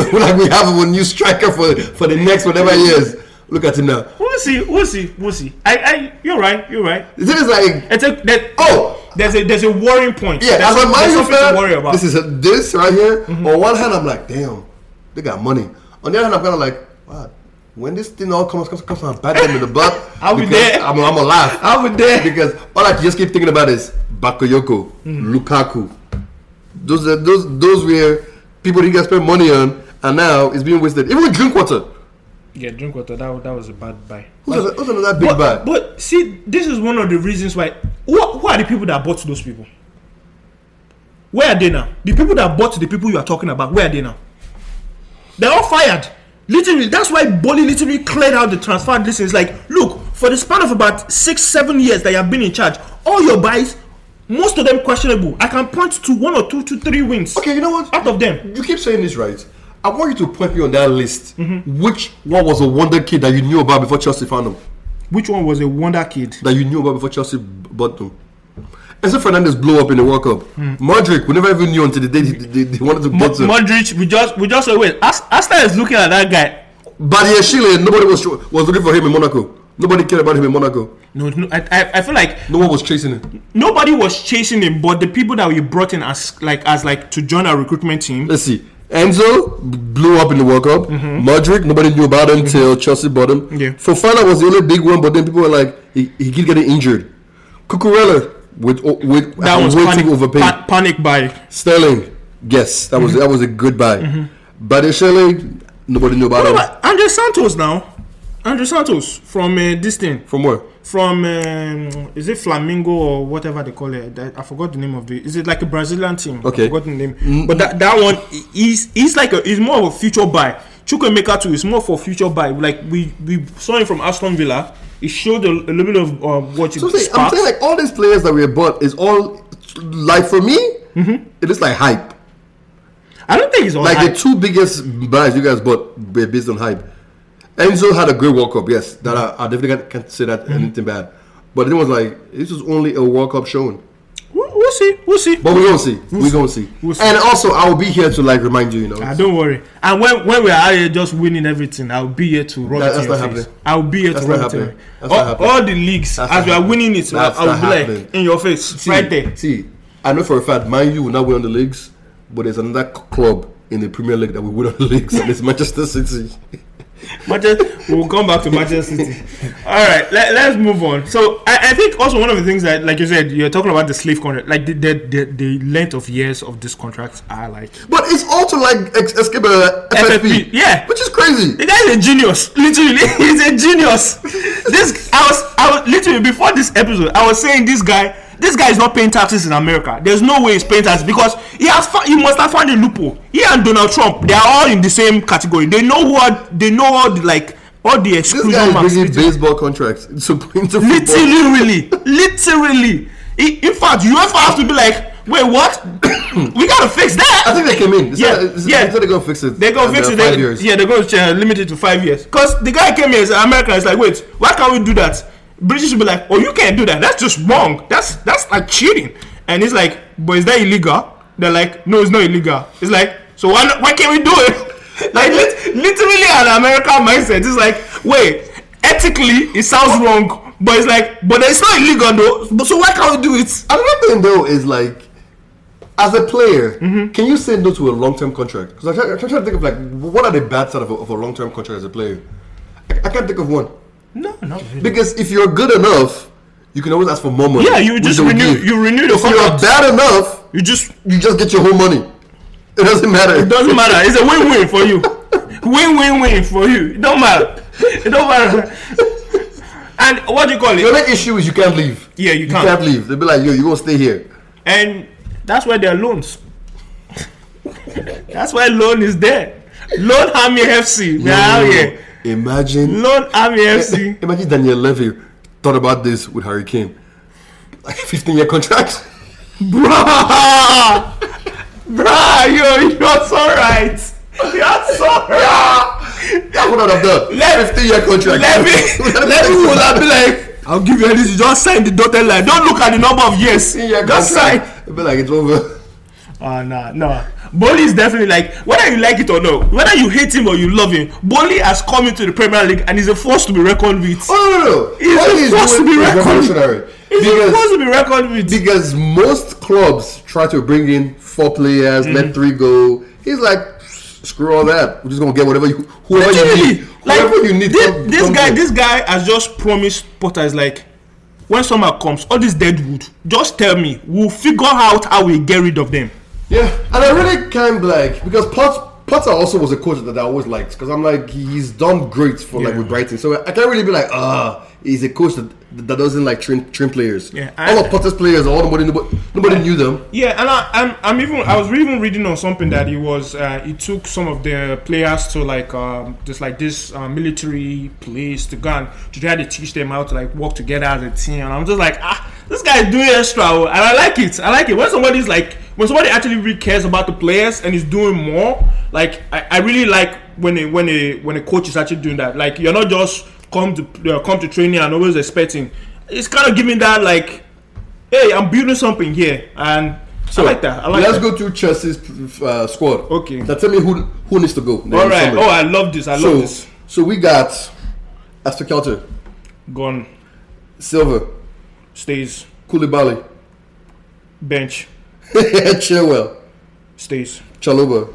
Speaker 2: like we have a new striker for for the next whatever years. Look at him now.
Speaker 1: We'll see. We'll see. We'll see. I, I, you're right. You're right.
Speaker 2: This is like
Speaker 1: It's a that.
Speaker 2: oh.
Speaker 1: there's a there's a worrying point.
Speaker 2: Yeah,
Speaker 1: there's,
Speaker 2: as a
Speaker 1: some- there's
Speaker 2: Man U
Speaker 1: something
Speaker 2: fan,
Speaker 1: to worry about. Mm-hmm.
Speaker 2: this is a, this right here. On one hand, I'm like, damn, they got money. On the other hand, I'm kind of like, wow, when this thing all comes comes comes, and bat them in the butt.
Speaker 1: I'll be
Speaker 2: because
Speaker 1: there.
Speaker 2: I'm, I'm alive.
Speaker 1: I'll be there.
Speaker 2: because all I just keep thinking about is Bakayoko,
Speaker 1: Mm-hmm.
Speaker 2: Lukaku. Those are those those were people you guys spend money on, and now it's being wasted. Even with Drinkwater,
Speaker 1: yeah, drink water. That, that was a bad buy.
Speaker 2: who's, another- who's another big
Speaker 1: But,
Speaker 2: bad?
Speaker 1: but see, this is one of the reasons why. Who, who are the people that bought those people? Where are they now? The people that bought the people you are talking about, where are they now? They're all fired. Literally, that's why Bolly literally cleared out the transfer list. It's like, look, for the span of about six, seven years that you have been in charge, all your buys, most of them questionable. I can point to one or two to three wins
Speaker 2: okay, you know what?
Speaker 1: out of them.
Speaker 2: You keep saying this, right? I want you to point me on that list. Which one was a wonder kid that you knew about before Chelsea found him?
Speaker 1: Which one was a wonder kid?
Speaker 2: That you knew about before Chelsea b- bought him? Enzo Fernandez blew up in the World Cup. Modric, we never even knew until the day they, they, they wanted to
Speaker 1: Mo-
Speaker 2: bought him.
Speaker 1: Modric, we just we just wait. As- Asta is looking at that guy.
Speaker 2: Badier Chile, nobody was was looking for him in Monaco. Nobody cared about him in Monaco.
Speaker 1: No, no I, I, I feel like
Speaker 2: No one was chasing him.
Speaker 1: nobody was chasing him, but the people that we brought in as like as like to join our recruitment team.
Speaker 2: Let's see. Enzo b- blew up in the World Cup. Modric, nobody knew about him till Chelsea bought him.
Speaker 1: Yeah.
Speaker 2: Fofana was the only big one, but then people were like, he, he keep getting injured. Cucurella with o- with
Speaker 1: That was
Speaker 2: way
Speaker 1: panic,
Speaker 2: too overpaid.
Speaker 1: pa- panic buy.
Speaker 2: Sterling, yes, that was that was a good buy. But Badiashile, nobody knew about
Speaker 1: No,
Speaker 2: him.
Speaker 1: but Andre Santos now. Andre Santos from uh, this thing.
Speaker 2: From where?
Speaker 1: From um, is it Flamingo or whatever they call it? I, I forgot the name of the. Is it like a Brazilian team?
Speaker 2: Okay. Mm.
Speaker 1: I forgot the name. But that, that one i- is is like a is more of a future buy. Chukwemeka too is more for future buy. Like we we saw him from Aston Villa. It showed a, a little bit of uh, what you.
Speaker 2: So I'm saying, I'm saying like all these players that we have bought is all like for me, Mm-hmm. it is like hype.
Speaker 1: I don't think it's all
Speaker 2: Like
Speaker 1: hype.
Speaker 2: the two biggest buys you guys bought were based on hype. Enzo had a great World Cup, yes. That I, I definitely can't, can't say
Speaker 1: Mm-hmm.
Speaker 2: that anything bad. But it was like this was only a World Cup showing.
Speaker 1: We'll, we'll see. We'll see.
Speaker 2: But we're gonna see. We're gonna see.
Speaker 1: We'll see.
Speaker 2: And also I will be here to like remind you, you know.
Speaker 1: Ah, don't worry. And when, when we are out here just winning everything, I'll be here to rub
Speaker 2: That-
Speaker 1: it in
Speaker 2: that's
Speaker 1: your
Speaker 2: not
Speaker 1: face.
Speaker 2: happening.
Speaker 1: I'll be here
Speaker 2: That's
Speaker 1: to
Speaker 2: not
Speaker 1: rub it in your
Speaker 2: happening.
Speaker 1: face.
Speaker 2: That's not
Speaker 1: All,
Speaker 2: happening.
Speaker 1: all the leagues,
Speaker 2: That's
Speaker 1: as we
Speaker 2: not
Speaker 1: are winning it,
Speaker 2: That's
Speaker 1: I'll
Speaker 2: not
Speaker 1: be
Speaker 2: happening.
Speaker 1: like in your face, right there.
Speaker 2: See, I know for a fact Man U will not win on the leagues, but there's another c- club in the Premier League that will win on the leagues, and it's Manchester City.
Speaker 1: Manchester, we'll come back to Manchester City. All right, let, let's move on. So I, I think also one of the things that, like you said, you're talking about the slave contract, like the the, the, the length of years of these contracts are like.
Speaker 2: But it's also like ex- escape uh,
Speaker 1: FFP,
Speaker 2: FFP,
Speaker 1: yeah.
Speaker 2: which is crazy.
Speaker 1: The guy is a genius, literally. He's a genius. This I was, I was literally before this episode, I was saying this guy, this guy is not paying taxes in America. There's no way he's paying taxes because he has, fo- he must have found a loophole. He and Donald Trump, they are all in the same category. They know what, they know all the like, all the
Speaker 2: This
Speaker 1: exclusion
Speaker 2: guy is
Speaker 1: marks.
Speaker 2: bringing baseball contracts to into football.
Speaker 1: literally, literally. I- In fact, UEFA has to be like, wait, what? we gotta fix that.
Speaker 2: I think they came in. They
Speaker 1: Yeah,
Speaker 2: said- they said-
Speaker 1: yeah.
Speaker 2: they said they're gonna fix it.
Speaker 1: They're gonna
Speaker 2: in,
Speaker 1: fix
Speaker 2: uh,
Speaker 1: it.
Speaker 2: Five
Speaker 1: They,
Speaker 2: years.
Speaker 1: Yeah, they're gonna uh, limit it to five years. Cause the guy came here as an American. It's like, wait, why can't we do that? British should be like, oh, you can't do that. That's just wrong. That's that's like cheating. And it's like, but is that illegal? They're like, no, it's not illegal. It's like, so why not, why can't we do it? like lit- literally an American mindset. It's like, wait, ethically it sounds wrong, but it's like, but it's not illegal though. But so why can't we do it?
Speaker 2: Another thing though is like as a player,
Speaker 1: Mm-hmm.
Speaker 2: can you say no to a long term contract? Because I'm, try- I'm trying to think of like what are the bad side of a, of a long term contract as a player. I, I can't think of one
Speaker 1: No, no.
Speaker 2: because if you're good enough, you can always ask for more money.
Speaker 1: Yeah, you
Speaker 2: which
Speaker 1: just
Speaker 2: they will
Speaker 1: renew-
Speaker 2: give.
Speaker 1: you renew the
Speaker 2: If you're
Speaker 1: contract.
Speaker 2: bad enough,
Speaker 1: You just
Speaker 2: you just get your whole money. It doesn't matter.
Speaker 1: It doesn't matter. It's a win-win for you. Win-win-win for you. It don't matter. It don't matter. And what do you call
Speaker 2: The
Speaker 1: it?
Speaker 2: only issue is you can't leave.
Speaker 1: Yeah, you
Speaker 2: you
Speaker 1: can't.
Speaker 2: can't, leave. They'll be like, yo, you gonna stay here.
Speaker 1: And that's why there are loans. that's why loan is there. Loan Army FC. They are out here.
Speaker 2: Imagine,
Speaker 1: Loan Army FC.
Speaker 2: imagine Daniel Levy thought about this with Harry Kane, like 15 year contract.
Speaker 1: Bruh! Bruh, you, you're so right. You're so right.
Speaker 2: That's what I'd have done.
Speaker 1: Let-
Speaker 2: 15 year contract.
Speaker 1: Levy, Levy would have been like, I'll give you this. You just sign the dotted line. Don't look at the number of years.
Speaker 2: 15 year
Speaker 1: Just sign.
Speaker 2: contract. It'd be like, it's over.
Speaker 1: Uh, nah, nah. Boli is definitely like, whether you like it or not, whether you hate him or you love him, Boli has come into the Premier League and is a force to be reckoned with.
Speaker 2: Oh, no, no, no.
Speaker 1: He's
Speaker 2: What
Speaker 1: a
Speaker 2: he's
Speaker 1: force
Speaker 2: doing
Speaker 1: to be
Speaker 2: is
Speaker 1: reckoned with.
Speaker 2: revolutionary.
Speaker 1: He's a force
Speaker 2: Because,
Speaker 1: to be reckoned with.
Speaker 2: because most clubs try to bring in four players,
Speaker 1: Mm-hmm.
Speaker 2: let three go. He's like, screw all that. We're just gonna get whatever you, whoever you
Speaker 1: Literally,
Speaker 2: need, whoever you need.
Speaker 1: This,
Speaker 2: come-
Speaker 1: this
Speaker 2: come
Speaker 1: guy,
Speaker 2: play.
Speaker 1: this guy has just promised Potter is like, when summer comes, all this dead wood, just tell me. We'll figure out how we get rid of them.
Speaker 2: Yeah, and I really kind of like because Pot, Potter also was a coach that I always liked because I'm like he's done great for like
Speaker 1: Yeah.
Speaker 2: with Brighton, so I can't really be like ah he's a coach that that doesn't like train train players.
Speaker 1: Yeah, I-
Speaker 2: all of Potter's players, all nobody nobody, nobody knew them.
Speaker 1: Yeah, and I, I'm, I'm even I was even reading on something that it was uh, it took some of the players to like um, just like this uh, military police to go and to try to teach them how to like work together as a team. And I'm just like ah, this guy is doing extra, oh, and I like it. I like it when somebody's like when somebody actually really cares about the players and is doing more. Like I, I really like when a when a when a coach is actually doing that. Like you're not just come to uh, come to training and always expecting. It's kind of giving that like hey, I'm building something here, and I like that. I like
Speaker 2: Let's
Speaker 1: that.
Speaker 2: go to Chelsea's uh, squad.
Speaker 1: Okay.
Speaker 2: now tell me who who needs to go. Then
Speaker 1: All right.
Speaker 2: somebody.
Speaker 1: Oh, I love this. I love
Speaker 2: so
Speaker 1: this.
Speaker 2: so we got Astor Kelter,
Speaker 1: Gone
Speaker 2: Silver,
Speaker 1: stays
Speaker 2: Koulibaly,
Speaker 1: bench
Speaker 2: Chilwell,
Speaker 1: stays
Speaker 2: Chaloba,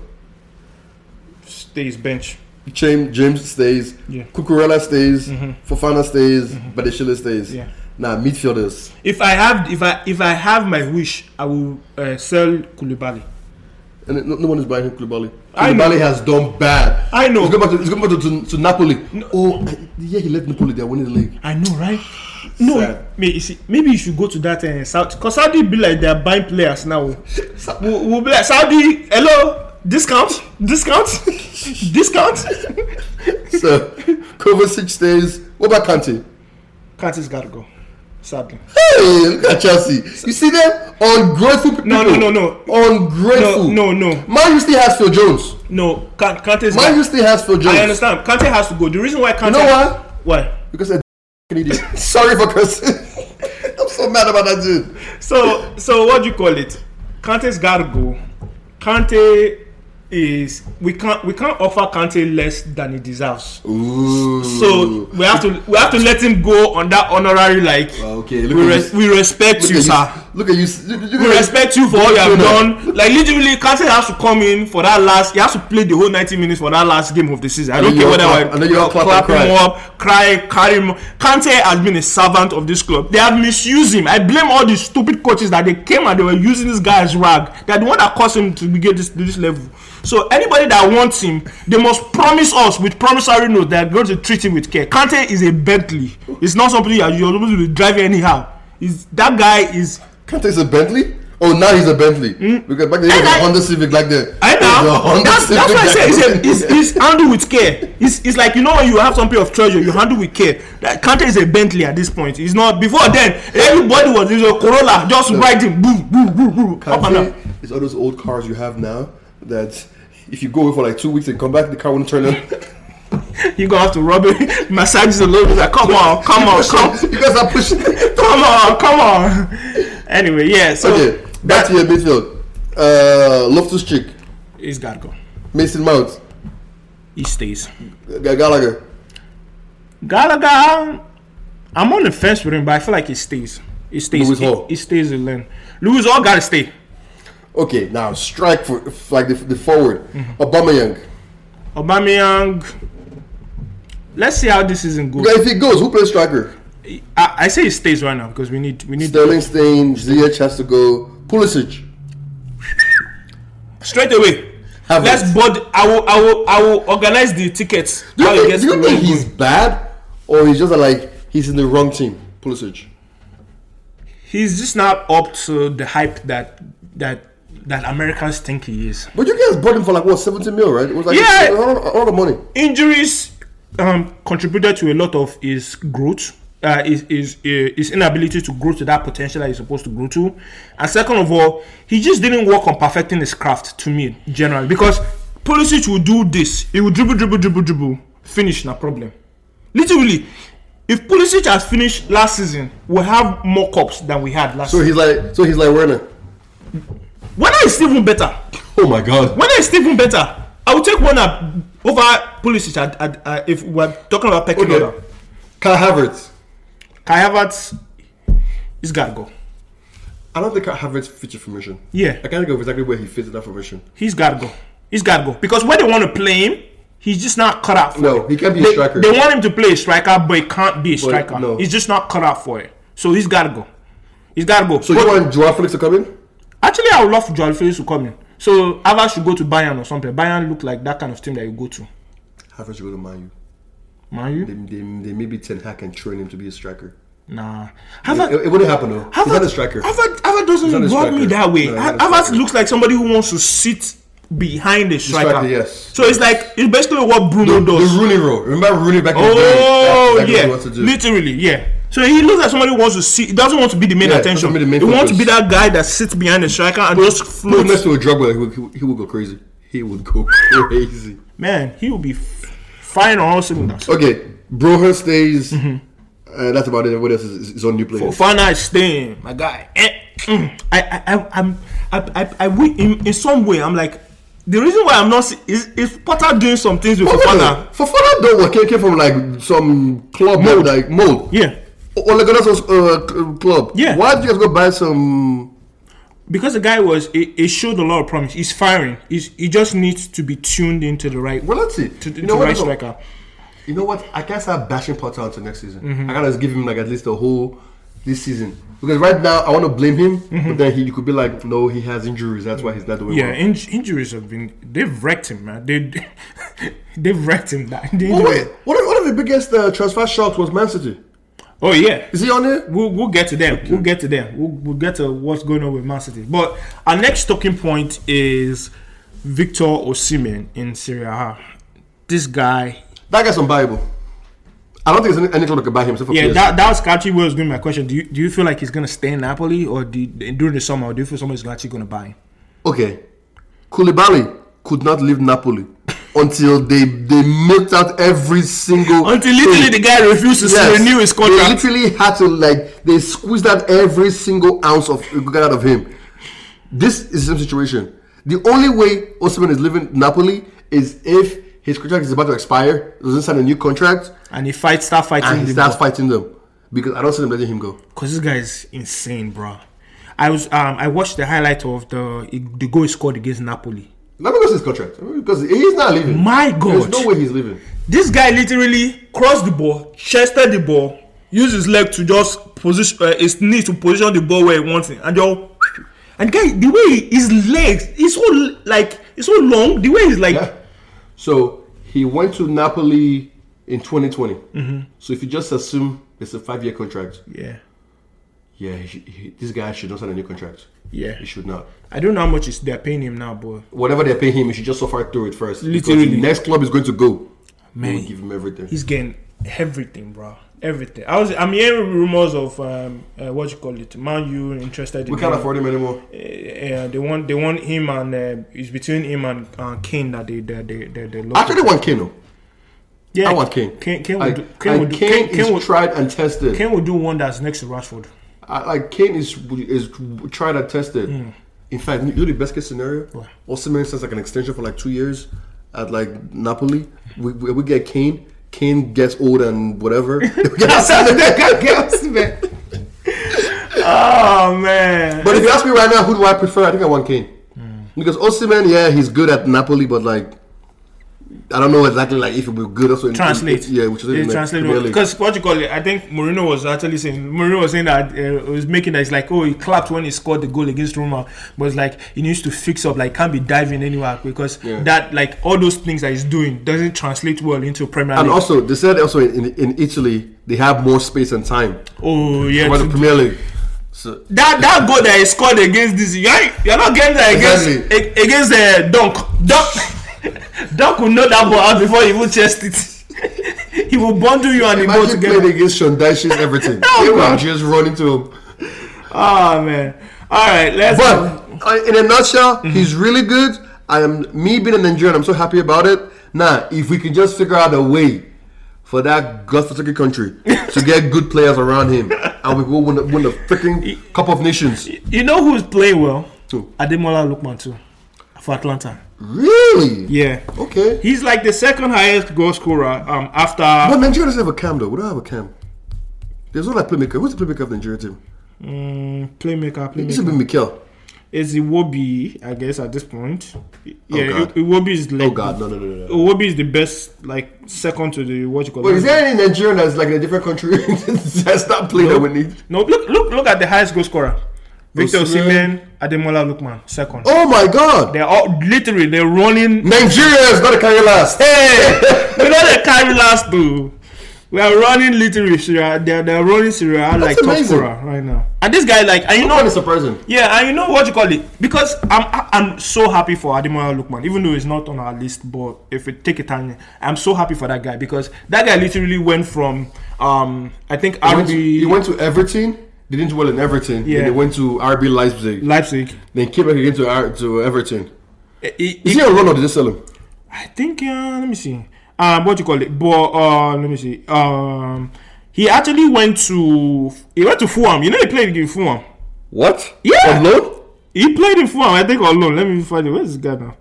Speaker 1: stays bench.
Speaker 2: James, James stays.
Speaker 1: Yeah. Mm-hmm.
Speaker 2: Cucurella stays. Fofana stays. Badeshile stays.
Speaker 1: Yeah.
Speaker 2: Now midfielders.
Speaker 1: If I have if I if I have my wish, I will uh, sell Kulibali.
Speaker 2: And no, no one is buying him Koulibaly.
Speaker 1: I know.
Speaker 2: Koulibaly has done bad.
Speaker 1: I know.
Speaker 2: He's going back to, he's going back to, to, to Napoli. Oh, I- yeah, he left Napoli. They're winning the league.
Speaker 1: I know, right? No,
Speaker 2: Sad.
Speaker 1: may- you see, maybe you should go to that uh, Saudi. Cause Saudi be like they're buying players now.
Speaker 2: Sa-
Speaker 1: We'll, we'll be like Saudi. Hello, discount, discount, discount.
Speaker 2: so, Kovacic stays. What about Kante?
Speaker 1: Kante's gotta go. Sadly.
Speaker 2: Hey, look at Chelsea. You see them? Ungrateful people.
Speaker 1: No, no, no, no.
Speaker 2: Ungrateful.
Speaker 1: No, no, no.
Speaker 2: Man, you still has Phil Jones.
Speaker 1: No, Kan- Kante's.
Speaker 2: Man,
Speaker 1: got-
Speaker 2: you still has Phil Jones.
Speaker 1: I understand. Kante has to go. The reason why Kante.
Speaker 2: know why?
Speaker 1: Why?
Speaker 2: Because they're an idiot. Sorry for cursing. I'm so mad about that dude.
Speaker 1: So, so what do you call it? Kante's got to go. Kante is we can't we can't offer Kante less than he deserves.
Speaker 2: Ooh.
Speaker 1: So we have to we have to let him go on that honorary like.
Speaker 2: okay, look
Speaker 1: We,
Speaker 2: at
Speaker 1: res-
Speaker 2: you.
Speaker 1: we respect
Speaker 2: Look
Speaker 1: you,
Speaker 2: at
Speaker 1: sir.
Speaker 2: you. Look at you. You- you-
Speaker 1: We respect you for all you have
Speaker 2: Look at
Speaker 1: done. Like literally, Kante has to come in for that last. He has to play the whole ninety minutes for that last game of the season. I
Speaker 2: And
Speaker 1: don't
Speaker 2: then
Speaker 1: care
Speaker 2: you
Speaker 1: whether
Speaker 2: all
Speaker 1: I
Speaker 2: clap- and then you all clap and
Speaker 1: him up, cry, carry him. Kante has been a servant of this club. They have misused him. I blame all the stupid coaches that they came and they were using this guy as rag. They're the one that caused him to be get this to this level. So anybody that wants him, they must promise us with promissory note that they're going to treat him with care. Kante is a Bentley. It's not something that you're supposed to be driving anyhow. Is that guy is
Speaker 2: Kante's a Bentley? Oh, now he's a Bentley. Because back then he
Speaker 1: Hmm?
Speaker 2: was
Speaker 1: And
Speaker 2: a
Speaker 1: I-
Speaker 2: Honda Civic like that.
Speaker 1: I
Speaker 2: He was a
Speaker 1: know.
Speaker 2: Honda
Speaker 1: That's, that's what I
Speaker 2: Civic
Speaker 1: say. It's,
Speaker 2: like
Speaker 1: a,
Speaker 2: that.
Speaker 1: it's, it's handled with care. It's, it's like you know when you have something of treasure, you handle with care. That Kante is a Bentley at this point. It's not before then. Everybody was is a Corolla, just riding, boom, boom, boom, boom, up and down.
Speaker 2: Kante is all those old cars you have now that if you go away for like two weeks and come back, the car won't turn on.
Speaker 1: You gonna have to rub it, massage it a little bit. Like, come on, come on, Oh, come,
Speaker 2: you guys are pushing.
Speaker 1: come on, come on. Anyway, yeah. So
Speaker 2: okay, back to your midfield. Uh, Loftus Cheek,
Speaker 1: he's gotta go.
Speaker 2: Mason Mount,
Speaker 1: He stays.
Speaker 2: G- Gallagher.
Speaker 1: Gallagher, I'm on the fence with him, but I feel like he stays. He stays.
Speaker 2: Lewis
Speaker 1: he,
Speaker 2: Hall.
Speaker 1: he stays in lane. Lewis Hall gotta stay.
Speaker 2: Okay, now strike for like the, the forward.
Speaker 1: Mm-hmm.
Speaker 2: Aubameyang.
Speaker 1: Aubameyang. Let's see how this season goes.
Speaker 2: If he goes, who plays striker?
Speaker 1: I, I say he stays right now because we need we need
Speaker 2: Sterling, Stein, Ziyech has to go. Pulisic.
Speaker 1: straight away.
Speaker 2: Have
Speaker 1: Let's
Speaker 2: it.
Speaker 1: board. I will I will I will organize the tickets.
Speaker 2: Do
Speaker 1: how
Speaker 2: you
Speaker 1: it gets
Speaker 2: think, do you
Speaker 1: to
Speaker 2: think
Speaker 1: Rome.
Speaker 2: he's bad or he's just like he's in the wrong team? Pulisic.
Speaker 1: he's just not up to the hype that that that Americans think he is.
Speaker 2: But you guys bought him for like what 70 mil, right? It was like
Speaker 1: Yeah.
Speaker 2: a lot, of- a lot of money.
Speaker 1: Injuries um, contributed to a lot of his growth. Uh, his, his, his inability to grow to that potential that he's supposed to grow to. And second of all, he just didn't work on perfecting his craft to me, generally. Because Pulisic will do this. He will dribble, dribble, dribble, dribble. Finish, no problem. Literally, if Pulisic has finished last season, we'll have more cups than we had last
Speaker 2: So
Speaker 1: season.
Speaker 2: he's like so he's like Werner.
Speaker 1: Whether it's even better,
Speaker 2: Oh my god.
Speaker 1: Whether it's even better, I will take one up over Pulisic at, at, uh, if we're talking about pecking
Speaker 2: Okay.
Speaker 1: order.
Speaker 2: Kai Havertz.
Speaker 1: Kai Havertz, he's got to go.
Speaker 2: I don't think Kai Havertz fits your formation.
Speaker 1: Yeah.
Speaker 2: I can't think of exactly where he fits in that formation.
Speaker 1: He's got to go. He's got to go. Because where they want to play him, he's just not cut out for it.
Speaker 2: No, he can't be a
Speaker 1: They,
Speaker 2: striker.
Speaker 1: they want him to play a striker, but he can't be a striker.
Speaker 2: no.
Speaker 1: He's just not cut out for it. So he's got to go. He's got to go.
Speaker 2: So
Speaker 1: But-
Speaker 2: you want Joao Felix to come in?
Speaker 1: Actually, I would love Joel Felix to come in. So Havertz should go to Bayern or something. Bayern look like that kind of team that you go to.
Speaker 2: Havertz will go to Man U.
Speaker 1: Man, you?
Speaker 2: They, they, they maybe Ten Hag can train him to be a striker.
Speaker 1: Nah.
Speaker 2: It,
Speaker 1: Havertz,
Speaker 2: it wouldn't happen though. He's not a striker.
Speaker 1: Havertz, Havertz doesn't
Speaker 2: not a
Speaker 1: rub
Speaker 2: striker.
Speaker 1: me that way.
Speaker 2: No, he's
Speaker 1: Ha-
Speaker 2: not a
Speaker 1: Havertz
Speaker 2: striker.
Speaker 1: looks like somebody who wants to sit behind a striker.
Speaker 2: striker, yes.
Speaker 1: So it's like it's basically what Bruno
Speaker 2: The
Speaker 1: does.
Speaker 2: Rooney role. Remember Rooney back in the day? That's
Speaker 1: oh
Speaker 2: exactly what he wants to
Speaker 1: yeah,
Speaker 2: do.
Speaker 1: literally yeah. So he looks like somebody who wants to sit. He doesn't want to be the main
Speaker 2: Yeah,
Speaker 1: attention.
Speaker 2: doesn't be the main
Speaker 1: he wants to be
Speaker 2: focus.
Speaker 1: that guy that sits behind the striker and just
Speaker 2: Who
Speaker 1: floats.
Speaker 2: messed with a drug dealer, he would, he would- he would go crazy. He would go crazy.
Speaker 1: Man, he will be f- fine on all cylinders.
Speaker 2: Okay, Broha stays.
Speaker 1: Mm-hmm.
Speaker 2: Uh, that's about it. What else is, is on new players?
Speaker 1: Fofana is staying, my guy. Eh, mm, I, I, I, I'm, I, I, I we, in, in some way, I'm like, the reason why I'm not see- is, is Potter doing some things with Fofana.
Speaker 2: Fofana don't work. Came, came from like some club mode. like Oh, mode.
Speaker 1: Yeah,
Speaker 2: Ole Gunnar Solskjaer's, uh, cl- club.
Speaker 1: Yeah.
Speaker 2: Why did you guys go buy some?
Speaker 1: because the guy was, it, it showed a lot of promise. He's firing. He's, he just needs to be tuned into the right,
Speaker 2: Well, that's it.
Speaker 1: to, to
Speaker 2: you know
Speaker 1: the
Speaker 2: what?
Speaker 1: right
Speaker 2: no.
Speaker 1: striker.
Speaker 2: You know what? I can't start bashing Potter until next season.
Speaker 1: Mm-hmm.
Speaker 2: I gotta just give him like at least a whole this season because right now I want to blame him, but then he you could be like, no, he has injuries. That's why he's not doing
Speaker 1: Mm-hmm. Yeah,
Speaker 2: well.
Speaker 1: inj- injuries have been, they've wrecked him, man. They, they've wrecked him. That the
Speaker 2: Oh,
Speaker 1: injuries-
Speaker 2: wait, one of, one of the biggest uh, transfer shocks was Man City.
Speaker 1: oh yeah.
Speaker 2: Is he on there?
Speaker 1: We'll, we'll get to them. We'll get to them. We'll, we'll get to what's going on with Man City. But our next talking point is Victor Osimhen in Syria. This guy,
Speaker 2: That guy's unbuyable. I don't think there's any, any club that could buy him except for
Speaker 1: yeah,
Speaker 2: PSG.
Speaker 1: that, that was actually where I was going. My question: Do you do you feel like he's going to stay in Napoli, or do you- during the summer, or do you feel somebody's actually going to buy him?
Speaker 2: okay. Koulibaly could not leave Napoli until they they milked out every single
Speaker 1: Until literally the
Speaker 2: thing.
Speaker 1: guy refuses
Speaker 2: Yes.
Speaker 1: to renew his
Speaker 2: They
Speaker 1: contract.
Speaker 2: literally had to like they squeezed out every single ounce of got out of him. This is the same situation. The only way Osman is leaving Napoli is if his contract is about to expire, doesn't sign a new contract,
Speaker 1: And he fights, start
Speaker 2: and
Speaker 1: fighting
Speaker 2: he
Speaker 1: the
Speaker 2: starts fighting them. Because I don't see them letting him go.
Speaker 1: because this guy is insane, bro. I was um I watched the highlight of the the goal he scored against Napoli.
Speaker 2: Not because his contract, because he's not leaving.
Speaker 1: My
Speaker 2: There's
Speaker 1: God,
Speaker 2: no way he's leaving.
Speaker 1: this guy literally crossed the ball, chested the ball, used his leg to just position uh, his knee to position the ball where he wants it, and just and guy the way he- his legs is so l- like it's so long. The way he's like
Speaker 2: Yeah. So he went to Napoli in 2020.
Speaker 1: Mm-hmm.
Speaker 2: So if you just assume it's a five-year contract,
Speaker 1: yeah
Speaker 2: yeah, he, should- he, this guy should not sign a new contract.
Speaker 1: yeah.
Speaker 2: He should not.
Speaker 1: I don't know how much is they're paying him now, but
Speaker 2: Whatever they're paying him, he should just suffer through it first. because
Speaker 1: Literally.
Speaker 2: the next club is going to go.
Speaker 1: Man.
Speaker 2: Man, give him everything.
Speaker 1: he's getting everything, bro. Everything. I was I'm hearing rumors of um uh, what you call it, Man U interested.
Speaker 2: we
Speaker 1: in
Speaker 2: can't
Speaker 1: him.
Speaker 2: afford him anymore.
Speaker 1: Uh, they want they want him and uh, it's between him and uh, Kane that they they they they, they love.
Speaker 2: Actually, want Kane. though.
Speaker 1: Yeah,
Speaker 2: I want Kane.
Speaker 1: Kane, Kane,
Speaker 2: I-
Speaker 1: will, do, Kane, will,
Speaker 2: and
Speaker 1: do,
Speaker 2: Kane,
Speaker 1: Kane,
Speaker 2: is
Speaker 1: Kane, will,
Speaker 2: tried and tested.
Speaker 1: Kane will do one that's next to Rashford.
Speaker 2: I, like Kane is is tried and tested. In fact, you know the best case scenario.
Speaker 1: Hmm. What?
Speaker 2: Osimhen signs like an extension for like two years at like Napoli. We, we, we get Kane. Kane gets old and whatever. We get Osimhen. Get Osimhen.
Speaker 1: Oh man! Ah,
Speaker 2: but if you ask me right now, who do I prefer? I think I want Kane.
Speaker 1: Hmm.
Speaker 2: Because Osimhen, yeah, he's good at Napoli, but like, I don't know exactly like if he'll be good also in
Speaker 1: translate.
Speaker 2: In, yeah, which is in
Speaker 1: They
Speaker 2: the
Speaker 1: translate
Speaker 2: Premier League.
Speaker 1: because what you call it. I think Mourinho was actually saying Mourinho was saying that uh, was making that it's like oh he clapped when he scored the goal against Roma, but it's like he needs to fix up like can't be diving anywhere because
Speaker 2: Yeah.
Speaker 1: that like all those things that he's doing doesn't translate well into Premier
Speaker 2: And
Speaker 1: League.
Speaker 2: also, they said also in, in, in Italy they have more space and time
Speaker 1: oh yeah,
Speaker 2: for the
Speaker 1: to-
Speaker 2: Premier League. So
Speaker 1: that that goal that he scored against this you ain't- you're not getting that against
Speaker 2: Exactly.
Speaker 1: a- against uh, Dunk Dunk Dunk will know that ball out before he even chest it. he will bundle you and the ball
Speaker 2: imagine Oh,
Speaker 1: together.
Speaker 2: playing against Shondai's everything. They were just running to him.
Speaker 1: Oh man. All right, let's. go.
Speaker 2: But uh, in a nutshell, he's really good. I am me being a Nigerian. I'm so happy about it. Now, if we can just figure out a way for that godforsaken country to get good players around him, and we will win the, win the freaking Cup of Nations.
Speaker 1: You know who's playing well?
Speaker 2: Who?
Speaker 1: Ademola Lookman too, for Atlanta.
Speaker 2: Really?
Speaker 1: Yeah,
Speaker 2: Okay.
Speaker 1: he's like the second highest goal scorer um after
Speaker 2: But Nigeria doesn't have a cam though. We don't have a cam. There's no like playmaker. Who's the playmaker of the Nigerian team?
Speaker 1: mm, playmaker.
Speaker 2: It should be
Speaker 1: Playmaker.
Speaker 2: Mikel.
Speaker 1: It's Iwobi, I guess at this point. Yeah,
Speaker 2: Oh, God.
Speaker 1: I- Iwobi is like
Speaker 2: Oh God, no, no, no, no, no.
Speaker 1: Iwobi is the best, like second to the what you call.
Speaker 2: But
Speaker 1: it?
Speaker 2: is there any Nigerian that's like in a different country that's not playing that we need?
Speaker 1: No, look, look, look at the highest goal scorer. Victor
Speaker 2: Osimhen.
Speaker 1: Osimhen, Ademola Lookman, second.
Speaker 2: Oh my God!
Speaker 1: They're all literally they're running.
Speaker 2: Nigeria is gonna carry last.
Speaker 1: Hey, we know they carry last though. We are running literally Syria. They're they're running Syria like top
Speaker 2: amazing.
Speaker 1: scorer right now. And this guy like and you
Speaker 2: No
Speaker 1: know
Speaker 2: one is surprising.
Speaker 1: yeah and you know what you call it because I'm I'm so happy for Ademola Lookman even though he's not on our list but if we take it time I'm so happy for that guy because that guy literally went from um I think
Speaker 2: He went, to,
Speaker 1: RB
Speaker 2: he went to Everton. They didn't do well in Everton. Yeah.
Speaker 1: Yeah.
Speaker 2: Then they went to RB Leipzig.
Speaker 1: Leipzig.
Speaker 2: then came back again to, Ar- to Everton.
Speaker 1: Eh, he-
Speaker 2: Is he on loan or did they sell him?
Speaker 1: I think uh, let me see. Um, what you call it? But uh, let me see. Um, he actually went to he went to Fulham. You know he played in Fulham.
Speaker 2: What?
Speaker 1: Yeah.
Speaker 2: On loan?
Speaker 1: He played in Fulham. I think alone. Let me find it. Where's this guy now?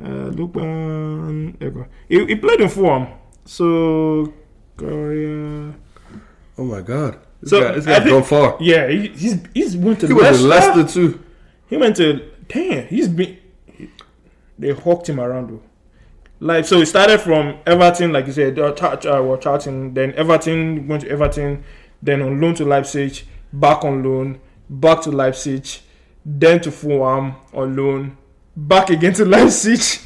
Speaker 1: Uh, look, um, there you go. He, he played in Fulham. So, Korea.
Speaker 2: Oh my God! This
Speaker 1: So,
Speaker 2: guy, this
Speaker 1: I
Speaker 2: guy's
Speaker 1: think-
Speaker 2: gone far.
Speaker 1: Yeah, he, he's he's went to
Speaker 2: He was
Speaker 1: Leicester.
Speaker 2: in Leicester too.
Speaker 1: He went to damn. He's been. They hawked him around though. Like so, it started from Everton, like you said, uh, Char- uh, well, Charlton. Then Everton went to Everton. Then on loan to Leipzig, back on loan, back to Leipzig, then to Fulham on loan, back again to Leipzig,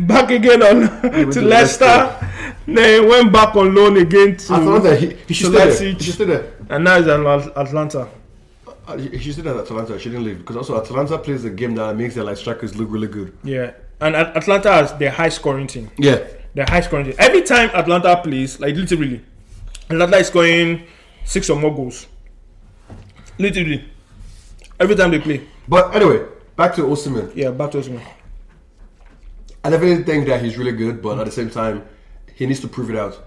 Speaker 1: back again on
Speaker 2: went
Speaker 1: to
Speaker 2: to Leicester.
Speaker 1: Leicester. Then went back on loan again to
Speaker 2: I thought that he, he
Speaker 1: to
Speaker 2: should stay there. He
Speaker 1: Leipzig,
Speaker 2: should stay there.
Speaker 1: and now he's in At- Atlanta.
Speaker 2: Uh, He he should stay there at Atlanta. He shouldn't leave because also Atlanta plays a game that makes their like strikers look really good.
Speaker 1: Yeah, and At- Atlanta has their high scoring team.
Speaker 2: Yeah.
Speaker 1: the high scoring team. Every time Atlanta plays, like literally, Atlanta is scoring six or more goals. Literally, every time they play.
Speaker 2: But anyway, back to Osimhen.
Speaker 1: Yeah, back to us, man.
Speaker 2: I definitely think that he's really good, but at the same time, he needs to prove it out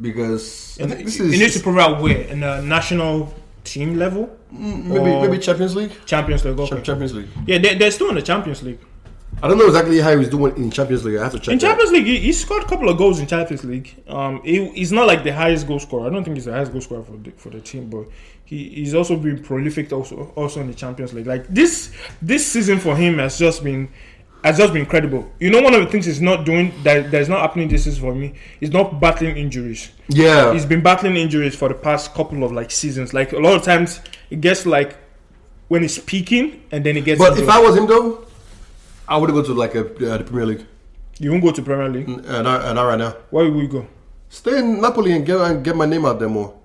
Speaker 2: because I think this
Speaker 1: it
Speaker 2: is
Speaker 1: needs to provide where in the national team level,
Speaker 2: maybe
Speaker 1: or-
Speaker 2: maybe Champions League.
Speaker 1: Champions League.
Speaker 2: Cha-
Speaker 1: Okay.
Speaker 2: Champions League.
Speaker 1: Yeah, they, they're still in the Champions League.
Speaker 2: I don't know exactly how he's doing in Champions League. I have to check.
Speaker 1: In
Speaker 2: that.
Speaker 1: Champions League, he, he scored a couple of goals in Champions League. Um, he, he's not like the highest goal scorer. I don't think he's the highest goal scorer for the, for the team, but he, he's also been prolific also also in the Champions League. Like this this season for him has just been has just been incredible. You know, one of the things he's not doing that that's not happening this season for me is not battling injuries
Speaker 2: Yeah.
Speaker 1: he's been battling injuries for the past couple of like seasons. Like a lot of times, it gets like when he's peaking and then he gets.
Speaker 2: but if
Speaker 1: injured.
Speaker 2: I was him though, I would go to like a uh, the Premier League.
Speaker 1: you won't go to Premier League,
Speaker 2: Uh, not, uh, not right now.
Speaker 1: where will you go?
Speaker 2: Stay in Napoli and get and get my name out there more,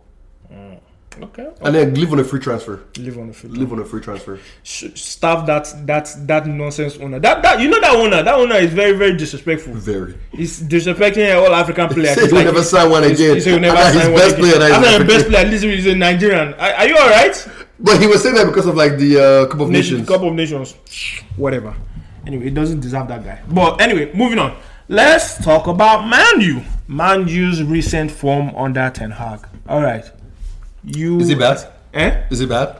Speaker 1: Okay,
Speaker 2: and then live on a free transfer.
Speaker 1: live on the field.
Speaker 2: Live on a free transfer.
Speaker 1: Sh- Staff that that that nonsense owner. That that you know that owner. That owner is very very disrespectful.
Speaker 2: Very.
Speaker 1: He's disrespecting all African players.
Speaker 2: Say
Speaker 1: It's
Speaker 2: he'll never sign one
Speaker 1: he's-
Speaker 2: again.
Speaker 1: He said he'll never
Speaker 2: After his
Speaker 1: sign one
Speaker 2: best
Speaker 1: again.
Speaker 2: player, that is
Speaker 1: After his
Speaker 2: African.
Speaker 1: best player, literally, he's a Nigerian. Are, are you all right?
Speaker 2: But he was saying that because of like the uh, Cup of Nations.
Speaker 1: Cup of Nations, whatever. Anyway, it doesn't deserve that guy. But anyway, moving on. Let's talk about Man U. Man U's recent form under Ten Hag. All right, you
Speaker 2: Is it bad?
Speaker 1: Eh,
Speaker 2: Is it bad?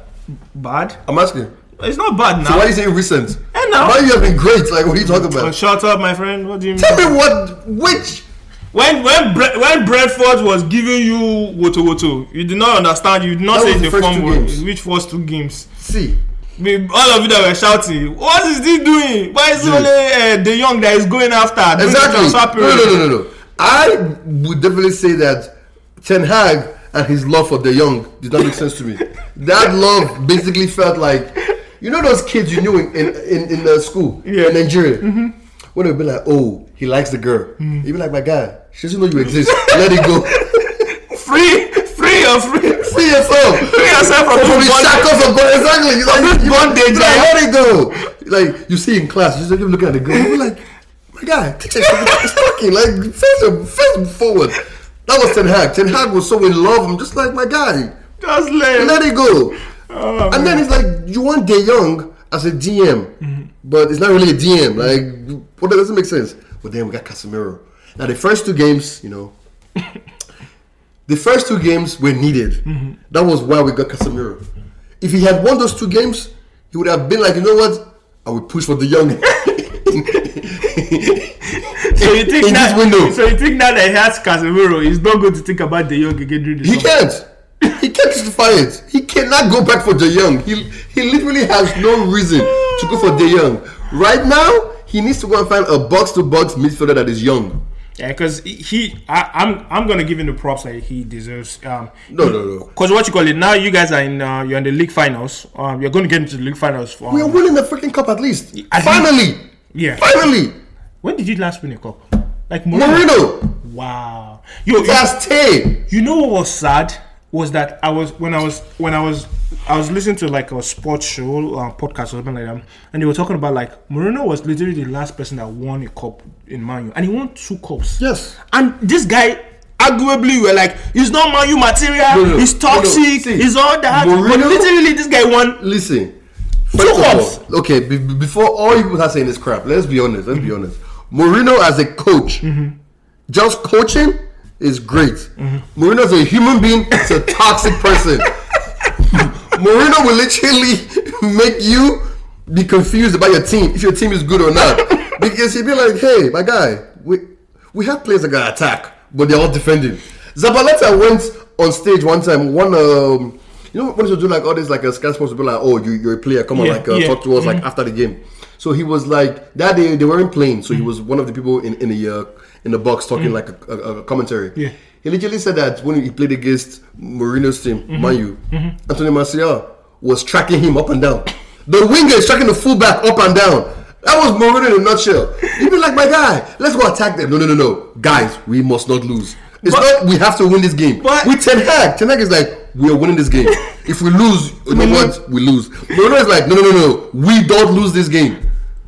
Speaker 1: bad?
Speaker 2: I'm asking.
Speaker 1: It's not bad
Speaker 2: So why
Speaker 1: now.
Speaker 2: do you say recent?
Speaker 1: Eh, now.
Speaker 2: Why you have been great? Like what are you talking
Speaker 1: Oh,
Speaker 2: about?
Speaker 1: shut up, my friend. What do you mean?
Speaker 2: Tell me what which
Speaker 1: When when Bre- when Brentford was giving you woto woto, you did not understand. You did not
Speaker 2: That
Speaker 1: say
Speaker 2: was
Speaker 1: the
Speaker 2: the first
Speaker 1: form
Speaker 2: two
Speaker 1: was
Speaker 2: games.
Speaker 1: which first two games.
Speaker 2: see.
Speaker 1: Me- all of you that were shouting, what is this doing? Why is it
Speaker 2: Yeah.
Speaker 1: only uh, the young that is going after? during the
Speaker 2: Exactly.
Speaker 1: transfer
Speaker 2: No,
Speaker 1: period?
Speaker 2: no, no, no, no. I would definitely say that Ten Hag and his love for the young did not make sense to me. That love basically felt like, you know, those kids you knew in in in, in uh, school
Speaker 1: Yeah. Mm-hmm.
Speaker 2: in Nigeria. When they'd be like, "Oh, he likes the girl,"
Speaker 1: Mm.
Speaker 2: you'd be like, "My guy, she doesn't know you exist. Let it go.
Speaker 1: Free, free or free.
Speaker 2: Free yourself.
Speaker 1: Free yourself from
Speaker 2: From the
Speaker 1: bondage.
Speaker 2: shackles of God. Exactly. You're like, you,
Speaker 1: Bondage,
Speaker 2: you're
Speaker 1: yeah.
Speaker 2: like, let it go. Like you see in class, you just keep looking at the girl. You're like, my guy, teacher, is talking. Like face him, face him forward. That was Ten Hag. Ten Hag was so in love. I'm just like, my guy,
Speaker 1: Just let.
Speaker 2: let it go.
Speaker 1: Oh,
Speaker 2: and then it's like you want De Young as a DM, but it's not really a DM. Like, what that doesn't make sense. But then we got Casemiro. Now the first two games, you know, the first two games were needed. That was why we got Casemiro. If he had won those two games, he would have been like, you know what? I will push for the young.
Speaker 1: so you think
Speaker 2: in
Speaker 1: now,
Speaker 2: this window.
Speaker 1: So you think now that he has Casemiro, it's not good to think about the young again during the
Speaker 2: he
Speaker 1: summer.
Speaker 2: can't. He can't justify it. He cannot go back for De Young. He he literally has no reason to go for De Young. Right now, he needs to go and find a box to box midfielder that is young.
Speaker 1: Yeah, because he, I, I'm, I'm gonna give him the props like he deserves. Um,
Speaker 2: No, no, no.
Speaker 1: Because what you call it now, you guys are in, uh, you're in the league finals. Um, you're gonna get into the league finals for.
Speaker 2: We are winning the freaking cup at least.
Speaker 1: I think-
Speaker 2: Finally,
Speaker 1: yeah.
Speaker 2: finally,
Speaker 1: When did you last win a cup? Like Mourinho.
Speaker 2: Mourinho,
Speaker 1: Wow. Yo, you-
Speaker 2: last day.
Speaker 1: you know what was sad was that I was when I was when I was I was listening to like a sports show uh, podcast or something like that, and they were talking about like Mourinho was literally the last person that won a cup in Man U, and he won two cups.
Speaker 2: Yes.
Speaker 1: and this guy. Arguably, we're like, he's not Man U material,
Speaker 2: no, no,
Speaker 1: he's
Speaker 2: no, no.
Speaker 1: toxic,
Speaker 2: See,
Speaker 1: he's all that. but
Speaker 2: Mourinho-
Speaker 1: literally, this guy won.
Speaker 2: Listen,
Speaker 1: Two
Speaker 2: first
Speaker 1: cups.
Speaker 2: of all, okay. Be, be- before all you people are saying is crap, let's be honest. Let's be honest. Mourinho as a coach, just coaching is great. Mourinho as a human being is a toxic person. Mourinho will literally make you be confused about your team if your team is good or not because he'll be like, "Hey, my guy, we we have players that can attack, but they're all defending." Zabaleta went on stage one time. One, um, you know, when you do like all this, like a Sky Sports, will be like, "Oh, you, you're a player. Come on,
Speaker 1: Yeah,
Speaker 2: like uh,
Speaker 1: yeah.
Speaker 2: talk to us like
Speaker 1: Mm-hmm.
Speaker 2: after the game." So he was like that day they weren't playing, so he
Speaker 1: Mm.
Speaker 2: was one of the people in in the uh, in the box talking like a, a, a commentary.
Speaker 1: Yeah.
Speaker 2: He literally said that when he played against Mourinho's team,
Speaker 1: Mm-hmm.
Speaker 2: Manu, Anthony Martial was tracking him up and down. The winger is tracking the fullback up and down. That was Mourinho in a nutshell. He'd be like, my guy, let's go attack them. No, no, no, no. Guys, we must not lose. It's
Speaker 1: But-
Speaker 2: not we have to win this game.
Speaker 1: But-
Speaker 2: With Ten Hag, Ten Hag is like, we are winning this game. if we lose, you know what? We lose. Mourinho is like, no, no, no, no. We don't lose this game.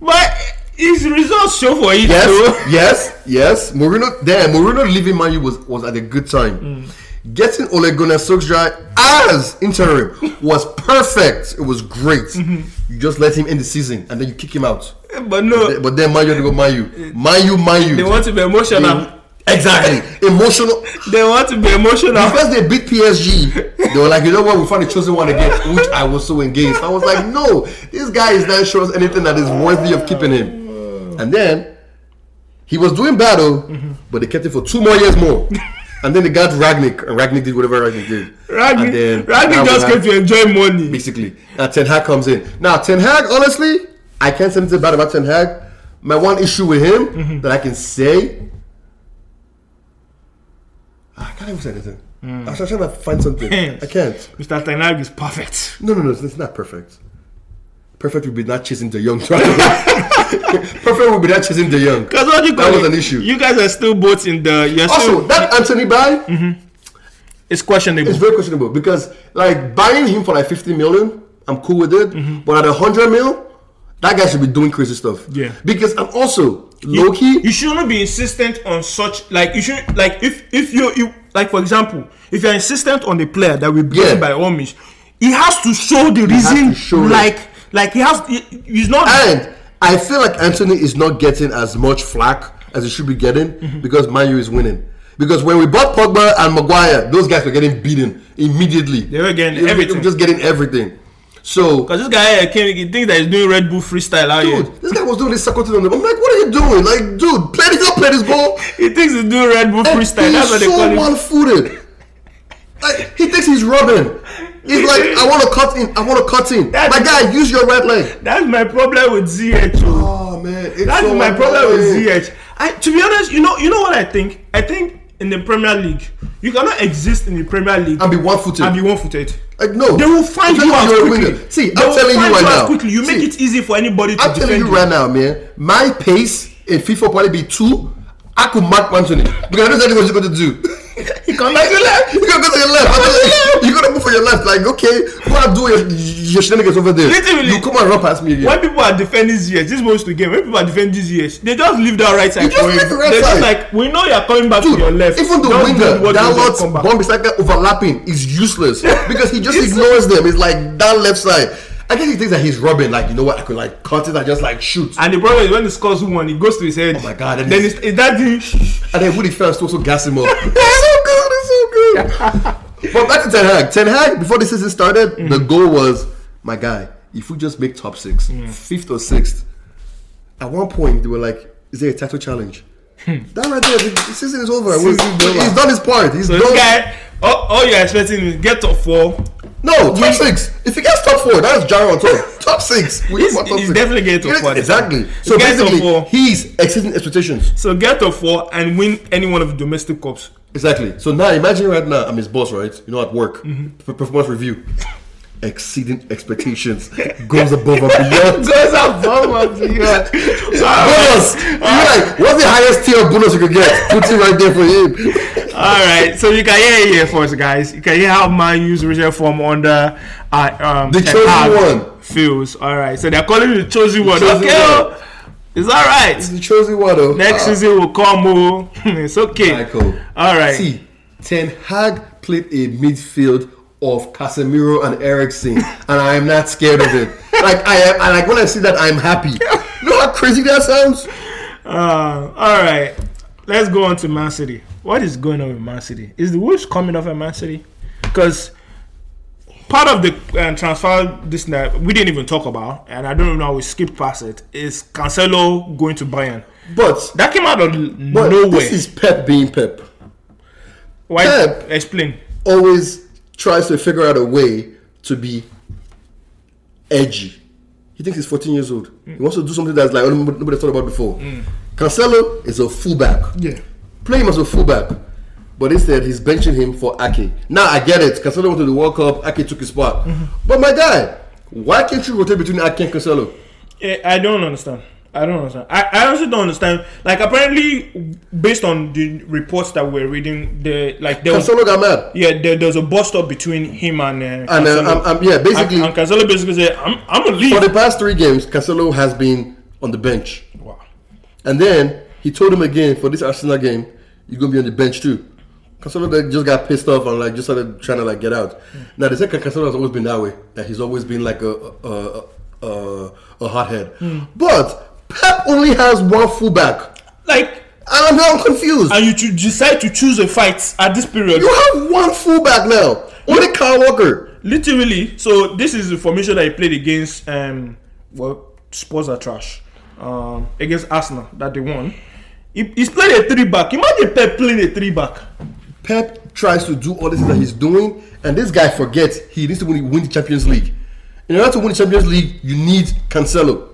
Speaker 1: But his results show for it. though.
Speaker 2: Yes, yes, yes. Mourinho there. Mourinho leaving Man U was, was at a good time.
Speaker 1: Mm.
Speaker 2: Getting Ole Gunnar Solskjaer as interim was perfect. It was great.
Speaker 1: Mm-hmm.
Speaker 2: You just let him end the season and then you kick him out.
Speaker 1: But no,
Speaker 2: But then Man U had to go Man U. Man U, Man U.
Speaker 1: they want to be emotional.
Speaker 2: exactly. Emotional.
Speaker 1: They want to be emotional.
Speaker 2: Because they beat PSG, they were like, you know what, we found the chosen one again, which I was so engaged. I was like, no, this guy is not showing us anything that is worthy of keeping him. And then he was doing battle, but they kept him for two more years more. And then they got Ragnick, and Ragnick did whatever Ragnick did. And
Speaker 1: Ragni,
Speaker 2: then
Speaker 1: Ragni
Speaker 2: now we
Speaker 1: just came
Speaker 2: have-
Speaker 1: to enjoy money.
Speaker 2: basically. Now Ten Hag comes in. Now Ten Hag, honestly, I can't say anything bad about Ten Hag. My one issue with him that I can say, I can't even say anything. I was trying to find something. I can't.
Speaker 1: Mr. Tenag is perfect.
Speaker 2: No, no, no. It's not perfect. Perfect would be not chasing the young. perfect would be not chasing the young.
Speaker 1: Because what you
Speaker 2: That
Speaker 1: call
Speaker 2: was
Speaker 1: it,
Speaker 2: an issue.
Speaker 1: You guys are still both in the. You're
Speaker 2: Also,
Speaker 1: still,
Speaker 2: that Anthony buy
Speaker 1: it's questionable.
Speaker 2: is very questionable because, like, buying him for like 50 million, I'm cool with it.
Speaker 1: Mm-hmm.
Speaker 2: But at 100 mil, that guy should be doing crazy stuff.
Speaker 1: Yeah.
Speaker 2: Because, and also, low key,
Speaker 1: you shouldn't be insistent on such like you should like if if you you like for example if you're insistent on a player that will be
Speaker 2: Yeah.
Speaker 1: by all means, he has to show the
Speaker 2: has
Speaker 1: reason.
Speaker 2: to show it.
Speaker 1: like like he has he, he's not.
Speaker 2: And I feel like Anthony is not getting as much flack as he should be getting
Speaker 1: Mm-hmm.
Speaker 2: because Manu is winning. Because when we bought Pogba and Maguire, those guys were getting beaten immediately. They
Speaker 1: were getting everything.
Speaker 2: just getting everything. So,
Speaker 1: because this guy here came, he thinks that he's doing Red Bull freestyle out here.
Speaker 2: dude, this guy was doing this circle thing on the I'm like, what are you doing? Like, dude, play this, don't play this ball.
Speaker 1: He thinks he's doing Red Bull freestyle. That's what
Speaker 2: He's
Speaker 1: they call
Speaker 2: so
Speaker 1: him.
Speaker 2: one-footed. Like, he thinks he's Robin. He's like, I want to cut in. I want to cut in.
Speaker 1: That's-
Speaker 2: My guy, use your right leg.
Speaker 1: That's my problem with ZH. oh.
Speaker 2: Oh man, it's
Speaker 1: That's
Speaker 2: so
Speaker 1: my problem
Speaker 2: annoying.
Speaker 1: with ZH. I, to be honest, you know, you know what I think. I think in the Premier League, you cannot exist in the Premier League
Speaker 2: And be one footed.
Speaker 1: and be one-footed.
Speaker 2: like no,
Speaker 1: They will find
Speaker 2: Especially
Speaker 1: you
Speaker 2: if
Speaker 1: out
Speaker 2: you're a
Speaker 1: quickly.
Speaker 2: winger. See,
Speaker 1: They
Speaker 2: I'm
Speaker 1: will
Speaker 2: telling you
Speaker 1: find
Speaker 2: right
Speaker 1: out
Speaker 2: now.
Speaker 1: quickly. You make
Speaker 2: See,
Speaker 1: it easy for anybody to
Speaker 2: I'm telling
Speaker 1: defend
Speaker 2: you right now, man. My pace in FIFA probably be two. I could mark Anthony because I know exactly what you're going to do. You can't like your left. You gotta go to your left. I'm like, you gotta move for your left. Like, okay, go and do your, your shenanigans over there.
Speaker 1: Literally.
Speaker 2: You come and run past me again.
Speaker 1: When people are defending ZH, this most the game. When people are defending ZH, they just leave that right side
Speaker 2: just
Speaker 1: for him.
Speaker 2: leave the right
Speaker 1: They're just
Speaker 2: side.
Speaker 1: like, we know you're coming back
Speaker 2: Dude,
Speaker 1: to your left.
Speaker 2: even the
Speaker 1: Just do
Speaker 2: winger,
Speaker 1: what
Speaker 2: that
Speaker 1: you did,
Speaker 2: lot
Speaker 1: come back.
Speaker 2: bomb is like that overlapping is useless because he just ignores them. It's like that left side. I guess he thinks that he's robbing. Like, you know what? I could like cut it and just like shoot.
Speaker 1: And the problem is when he scores one, it goes to his head. Oh
Speaker 2: my God, that
Speaker 1: Then
Speaker 2: is-
Speaker 1: it's, it's that the
Speaker 2: And then Woody first also gas him up. it's so good, it's so good. but back to Ten Hag. Ten Hag, before the season started,
Speaker 1: Mm.
Speaker 2: the goal was, my guy, if we just make top six,
Speaker 1: Mm.
Speaker 2: fifth or sixth, at one point they were like, is there a title challenge? that right there, the, the season is over. We-
Speaker 1: Season's
Speaker 2: we-
Speaker 1: Hmm. over.
Speaker 2: He's done his part. He's
Speaker 1: So
Speaker 2: done.
Speaker 1: this guy, all, all you're expecting is get top four.
Speaker 2: no, top six. If he gets top four, that's Jaro on top. top six. We
Speaker 1: He's-
Speaker 2: want top
Speaker 1: he's
Speaker 2: six.
Speaker 1: definitely getting top
Speaker 2: Yes,
Speaker 1: four this
Speaker 2: Exactly.
Speaker 1: time.
Speaker 2: So
Speaker 1: He gets top
Speaker 2: basically,
Speaker 1: four.
Speaker 2: he's exceeding expectations.
Speaker 1: So get top four and win any one of the domestic cups.
Speaker 2: Exactly. So now imagine right now I'm his boss, right? You know, at work,
Speaker 1: Mm-hmm.
Speaker 2: P- performance review, exceeding expectations, goes above and beyond.
Speaker 1: Goes above and beyond. So
Speaker 2: bonus.
Speaker 1: all
Speaker 2: You're like, what's the highest tier of bonus you could get? Put it right there for him.
Speaker 1: right, so you can hear it here first, guys. You can hear how Man use Richard form under uh, um,
Speaker 2: The
Speaker 1: Ten
Speaker 2: chosen
Speaker 1: Hag
Speaker 2: one.
Speaker 1: feels. All right, so they're calling you the chosen one.
Speaker 2: chosen
Speaker 1: okay,
Speaker 2: one.
Speaker 1: oh, it's all right.
Speaker 2: The chosen one, though.
Speaker 1: Next
Speaker 2: Ah,
Speaker 1: season will come. Oh, it's okay.
Speaker 2: Michael.
Speaker 1: All right.
Speaker 2: See, Ten Hag played a midfield of Casemiro and Eriksen, and I am not scared of it. Like I am, and like when I see that, I'm happy. You know how crazy that sounds?
Speaker 1: Uh, all right, let's go on to Man City. What is going on with Man City? Is the Wolves coming off at Man City? Because part of the uh, transfer this that we didn't even talk about, and I don't even know how we skipped past it, is Cancelo going to Bayern.
Speaker 2: But,
Speaker 1: That came out of
Speaker 2: but
Speaker 1: nowhere.
Speaker 2: this is Pep being Pep.
Speaker 1: Why?
Speaker 2: Pep.
Speaker 1: Explain.
Speaker 2: always tries to figure out a way to be edgy. He thinks he's 14 years old. He wants to do something that's like oh, nobody nobody thought about before. Cancelo is a fullback.
Speaker 1: Yeah.
Speaker 2: Play him as a fullback. But instead, he's benching him for Ake. Now, I get it. Cancelo went to the World Cup. Ake took his spot. But my guy, why can't you rotate between Ake and Cancelo?
Speaker 1: Eh, I don't understand. I don't understand. I, I also don't understand. Like apparently, based on the reports that we're reading, the like there was
Speaker 2: Cancelo got mad.
Speaker 1: Yeah, there, there's a bust up between him and uh,
Speaker 2: And uh,
Speaker 1: Cancelo.
Speaker 2: um, um, yeah, basically,
Speaker 1: and, and Cancelo basically said, "I'm, I'm gonna leave."
Speaker 2: for the past three games, Cancelo has been on the bench.
Speaker 1: wow.
Speaker 2: And then he told him again for this Arsenal game, you're gonna be on the bench too. Cancelo then just got pissed off and like just started trying to like get out. Now the second Cancelo has always been that way. That he's always been like a a a, a, a hothead. But Pep only has one fullback,
Speaker 1: Like,
Speaker 2: and I'm now confused.
Speaker 1: and you to decide to choose a fight at this period,
Speaker 2: you have one fullback now. Only Kyle Walker.
Speaker 1: literally. So this is the formation that he played against. Um, well, Spurs are trash. Um, against Arsenal that they won. He, he's played a three back. Imagine Pep playing a three back.
Speaker 2: Pep tries to do all this that he's doing, and this guy forgets he needs to win, win the Champions League. In order to win the Champions League, you need Cancelo.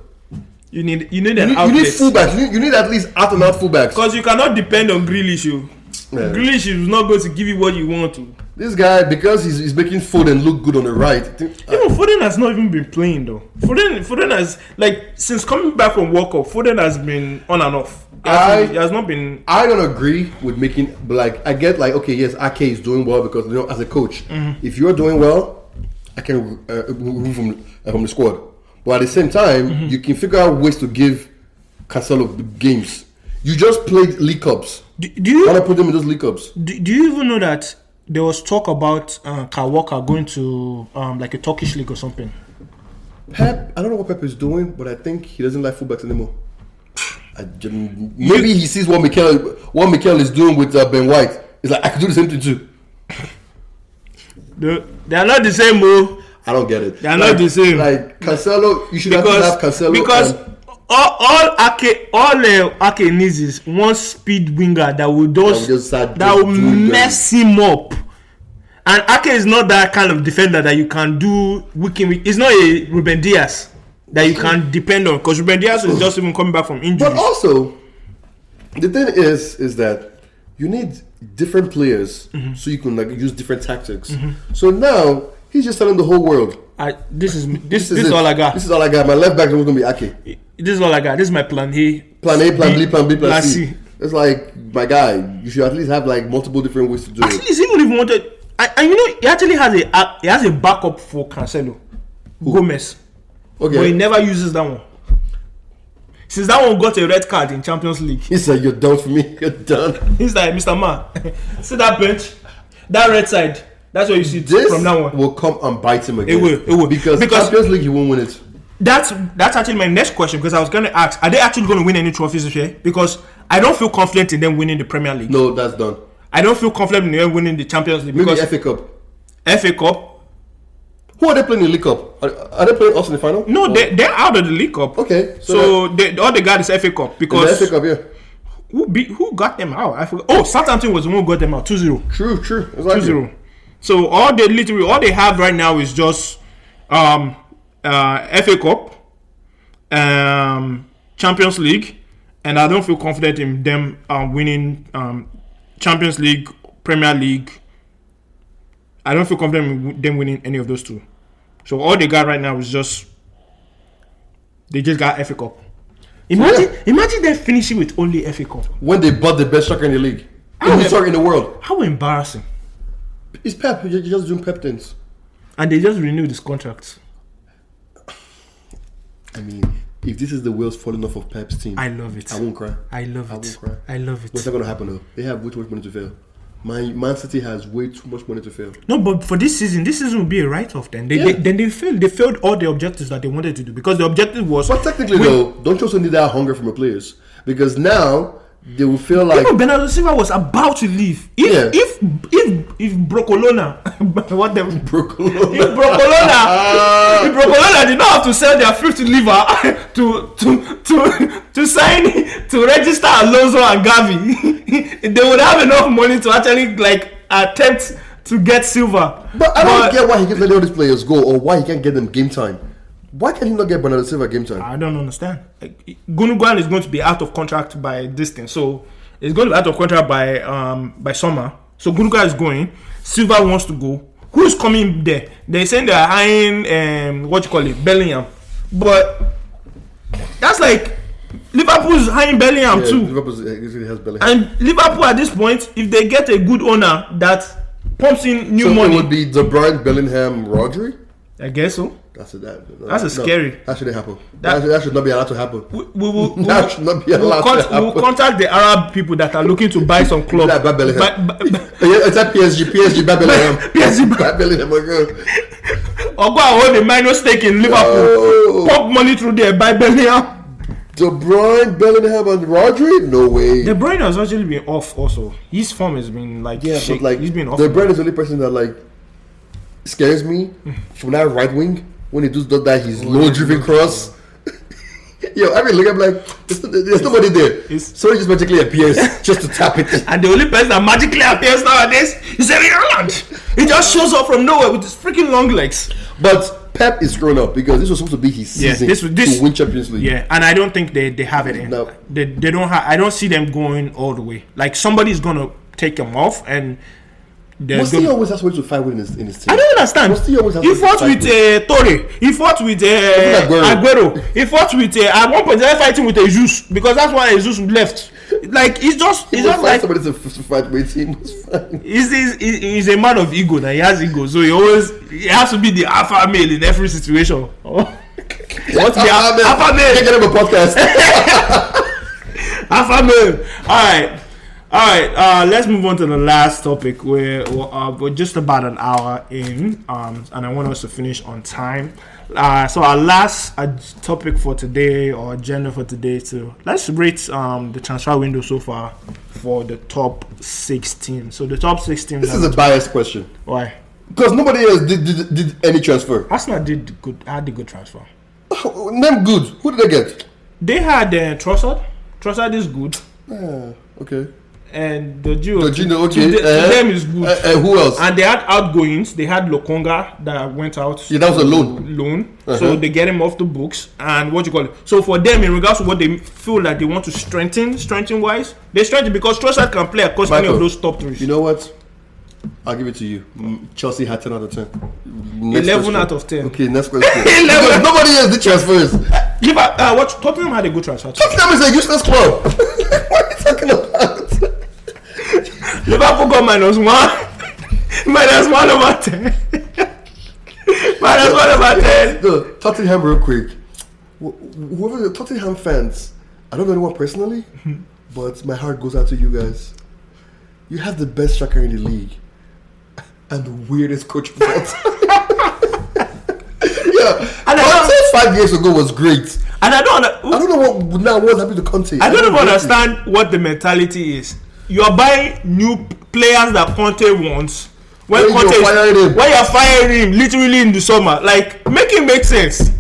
Speaker 1: You need you need an
Speaker 2: You, you
Speaker 1: outlet
Speaker 2: need fullbacks. You need, you need at least out and out fullbacks.
Speaker 1: because you cannot depend on Grealish. You
Speaker 2: Yeah.
Speaker 1: Grealish is not going to give you what you want to.
Speaker 2: This guy, because he's, he's making Foden look good on the right. I think-
Speaker 1: Even Foden has not even been playing though. Foden, Foden has like since coming back from World Cup, Foden has been on and off. He
Speaker 2: I-
Speaker 1: has, he has not been.
Speaker 2: I don't agree with making like I get like okay yes Ake is doing well because you know as a coach if you're doing well I can uh, remove from uh, from the squad but at the same time you can figure out ways to give Cancelo b- games you just played league cups
Speaker 1: Do, do
Speaker 2: why
Speaker 1: you
Speaker 2: not put them in those league cups
Speaker 1: do, do you even know that there was talk about uh, Kawaka going to um, like a Turkish league or something?
Speaker 2: Pep, I don't know what Pep is doing, but I think he doesn't like fullbacks anymore. I didn't- maybe he sees what Mikel what Mikel is doing with uh, Ben White. He's like, I could do the same thing too.
Speaker 1: They, they are not the same, oh. bro.
Speaker 2: I don't get it.
Speaker 1: They are not
Speaker 2: Like-
Speaker 1: the same.
Speaker 2: Like Cancelo, you should have to have
Speaker 1: Because
Speaker 2: Cancelo.
Speaker 1: because
Speaker 2: and-
Speaker 1: all all Ake all uh, Ake needs is one speed winger that will
Speaker 2: That will just
Speaker 1: just
Speaker 2: start
Speaker 1: that will
Speaker 2: doing them.
Speaker 1: mess him up. And Ake is not that kind of defender that you can do week in week. It's not a Ruben Diaz that you can depend on because Ruben Diaz is just even coming back from injury.
Speaker 2: Oh. But also, the thing is, is that you need different players
Speaker 1: Mm-hmm.
Speaker 2: so you can like use different tactics. So now he's just telling the whole world,
Speaker 1: I, this is this, this,
Speaker 2: "This
Speaker 1: is
Speaker 2: it.
Speaker 1: all I got.
Speaker 2: This is all I got. My left back is gonna be Ake.
Speaker 1: This is all I got. This is my plan A,
Speaker 2: Plan A, plan B, plan B, plan C. It's like my guy. You should at least have like multiple different ways to do
Speaker 1: At
Speaker 2: it.
Speaker 1: least even if you wanted, and, and you know, he actually has a uh, he has a backup for Cancelo, Gomez, but he
Speaker 2: Okay,
Speaker 1: never uses that one. Since that one got a red card in Champions League,
Speaker 2: he said, "You're done for me. You're done."
Speaker 1: he's like Mr. Ma, see that bench, that red side. That's what you see
Speaker 2: This
Speaker 1: from that one.
Speaker 2: will come and bite him again.
Speaker 1: It will, it will.
Speaker 2: because,
Speaker 1: Because-
Speaker 2: Champions League, you won't win it.
Speaker 1: That's that's actually my next question because I was going to ask: Are they actually going to win any trophies this year? Because I don't feel confident in them winning the Premier League.
Speaker 2: No, that's done.
Speaker 1: I don't feel confident in them winning the Champions League
Speaker 2: Maybe
Speaker 1: because
Speaker 2: FA Cup.
Speaker 1: FA Cup.
Speaker 2: Who are they playing in the League Cup? Are, are they playing us in the final?
Speaker 1: No, they they're out of the League Cup.
Speaker 2: Oh. Okay,
Speaker 1: So they, all they got is FA Cup
Speaker 2: that- in
Speaker 1: because
Speaker 2: the FA Cup, yeah.
Speaker 1: who beat who got them out? I forgot. Oh, Southampton was the one who got them out 2-0.
Speaker 2: True, true. Exactly.
Speaker 1: 2-0. So all they literally all they have right now is just um uh FA Cup, um Champions League, and I don't feel confident in them um, winning um Champions League, Premier League. I don't feel confident in w- them winning any of those two. So all they got right now is just they just got FA Cup. Imagine, imagine them finishing with only FA Cup.
Speaker 2: When they bought the best striker in the league, the
Speaker 1: Oh,
Speaker 2: best
Speaker 1: yeah.
Speaker 2: striker in the world,
Speaker 1: How embarrassing!
Speaker 2: it's Pep. You're just doing Pep things.
Speaker 1: And they just renewed this contract.
Speaker 2: I mean, if this is the wheels falling off of Pep's team,
Speaker 1: I love it.
Speaker 2: I won't cry.
Speaker 1: I love
Speaker 2: I
Speaker 1: it.
Speaker 2: won't cry.
Speaker 1: I love
Speaker 2: What's
Speaker 1: it.
Speaker 2: not going to happen though? They have way too much money to fail. Man, Man City has way too much money to fail.
Speaker 1: No, but for this season, this season will be a write-off. Then they,
Speaker 2: Yeah.
Speaker 1: they then they failed. They failed all the objectives that they wanted to do because the objective was.
Speaker 2: But technically
Speaker 1: We-
Speaker 2: though, don't you also need that hunger from your players? Because now they will feel like
Speaker 1: Even Bernardo Silva was about to leave. If
Speaker 2: Yeah.
Speaker 1: if if if Brocolona, what them if
Speaker 2: Brooklyn.
Speaker 1: Brocolona, if Brocolona did not have to sell their fifth liver to to to to sign to register Alonso and Gavi, they would have enough money to actually like attempt to get silver.
Speaker 2: But I don't get why he keeps letting all these players go or why he can't get them game time. Why can he not get Bernardo Silva game time?
Speaker 1: I don't understand. Like, Gunuguan is going to be out of contract by this thing, so it's going to be out of contract by um by summer. So Gunuguan is going. Silva wants to go. Who's coming there? They're saying they're hiring um what you call it Bellingham, but that's like Liverpool's hiring Bellingham
Speaker 2: Yeah,
Speaker 1: too.
Speaker 2: Liverpool's- uh, he has Bellingham.
Speaker 1: And Liverpool at this point, if they get a good owner that pumps in new
Speaker 2: So
Speaker 1: money,
Speaker 2: it would be De Bruyne, Bellingham, Rodri.
Speaker 1: I guess so.
Speaker 2: That's a, that,
Speaker 1: That's a scary-
Speaker 2: That shouldn't happen. That,
Speaker 1: That-
Speaker 2: should, that should not be allowed to happen.
Speaker 1: We, we will. we will-
Speaker 2: that should not be allowed
Speaker 1: we'll,
Speaker 2: to
Speaker 1: con-
Speaker 2: happen.
Speaker 1: we'll contact the Arab people that are looking to buy some club.
Speaker 2: Like Bad Bellingham.
Speaker 1: Buy- buy- buy-
Speaker 2: yeah, it's at PSG, PSG, Bad Bellingham.
Speaker 1: PSG,
Speaker 2: Bad Bellingham, my God.
Speaker 1: or go and hold a minor stake in Liverpool.
Speaker 2: Oh,
Speaker 1: Pump money through there, buy Bellingham.
Speaker 2: De Bruyne, Bellingham, and Rodri? No way.
Speaker 1: De Bruyne has actually been off. Also, his form has been like
Speaker 2: yeah,
Speaker 1: shake-
Speaker 2: but like,
Speaker 1: he's been off.
Speaker 2: De Bruyne is the only person that like scares me
Speaker 1: Mm-hmm.
Speaker 2: from that right wing when he does does that
Speaker 1: Oh,
Speaker 2: his low driven cross. Yo, I mean, look, I'm like, there's, there's nobody there.
Speaker 1: it's-
Speaker 2: Somebody just magically appears just to tap it.
Speaker 1: and the only person that magically appears nowadays is Erling Haaland. He just shows up from nowhere with his freaking long legs.
Speaker 2: But Pep is grown up because this was supposed to be his
Speaker 1: Yeah,
Speaker 2: season
Speaker 1: this was- this-
Speaker 2: to win Champions League.
Speaker 1: Yeah, and I don't think they, they have it in.
Speaker 2: No.
Speaker 1: They, they don't have. I don't see them going all the way. Like somebody's gonna take him off, and there's
Speaker 2: Musti
Speaker 1: gonna
Speaker 2: always has ways to fight within his, in his team.
Speaker 1: I don't understand.
Speaker 2: Musti always has
Speaker 1: He
Speaker 2: ways to
Speaker 1: fought
Speaker 2: fight
Speaker 1: with uh, Torre. He fought with uh,
Speaker 2: Aguero.
Speaker 1: Aguero. He fought with uh, at one point they were fighting with Jesus because that's why Jesus left. Like he's just
Speaker 2: He
Speaker 1: he's
Speaker 2: will
Speaker 1: just
Speaker 2: find
Speaker 1: like
Speaker 2: somebody to, f- to fight with him. It's fine.
Speaker 1: he's, he's, he's a man of ego. Now he has ego, so he always he has to be the alpha male in every situation. What's the
Speaker 2: Alpha
Speaker 1: al- alpha male?
Speaker 2: Can't get him a podcast.
Speaker 1: Alpha male. All right. All right, uh, let's move on to the last topic. We're, we're, uh, we're just about an hour in, um, and I want us to finish on time. Uh, so our last uh, topic for today, or agenda for today, is to let's rate um, the transfer window so far for the top six teams. So the top six teams.
Speaker 2: this
Speaker 1: are
Speaker 2: is a biased question
Speaker 1: why
Speaker 2: because nobody else did, did, did any transfer.
Speaker 1: Arsenal did good. Had a good transfer.
Speaker 2: Name good. Who did they get?
Speaker 1: They had uh, Trossard. Trossard is good.
Speaker 2: Ah, okay.
Speaker 1: and Doju. To,
Speaker 2: Jorginho, okay.
Speaker 1: the- to
Speaker 2: eh,
Speaker 1: them is good.
Speaker 2: eh, eh, who else?
Speaker 1: and they had outgoings. They had Lokonga that went out.
Speaker 2: Yeah, that was a loan.
Speaker 1: Loan.
Speaker 2: Uh-huh.
Speaker 1: So they get him off the books and what you call it. So for them, in regards to what they feel like they want to strengthen, strengthen wise, they strengthen because Trossard can play across any
Speaker 2: Michael,
Speaker 1: of those top threes.
Speaker 2: You know what? I'll give it to you. Mm, Chelsea had 10 out of 10.
Speaker 1: 11
Speaker 2: Next question.
Speaker 1: out of 10.
Speaker 2: Okay, next question.
Speaker 1: 11.
Speaker 2: Because nobody has the transfers. Tottenham
Speaker 1: Liver- uh, what Tottenham had a good transfer. too.
Speaker 2: is a useless club. what are you talking about?
Speaker 1: Liverpool got minus one, minus one over ten, minus one over ten.
Speaker 2: No, Tottenham, real quick. Wh- Whoever the Tottenham fans, I don't know anyone personally, but my heart goes out to you guys. You have the best striker in the league and the weirdest coach of all time. yeah,
Speaker 1: And I
Speaker 2: Conte five years ago was great.
Speaker 1: And I don't, under-
Speaker 2: I don't know what now what happened to Conte.
Speaker 1: I don't even understand what the mentality is. You are buying new p- players that Conte wants. When,
Speaker 2: When you're
Speaker 1: Conte is-
Speaker 2: firing him.
Speaker 1: when you're firing him, literally in the summer, like make it make sense.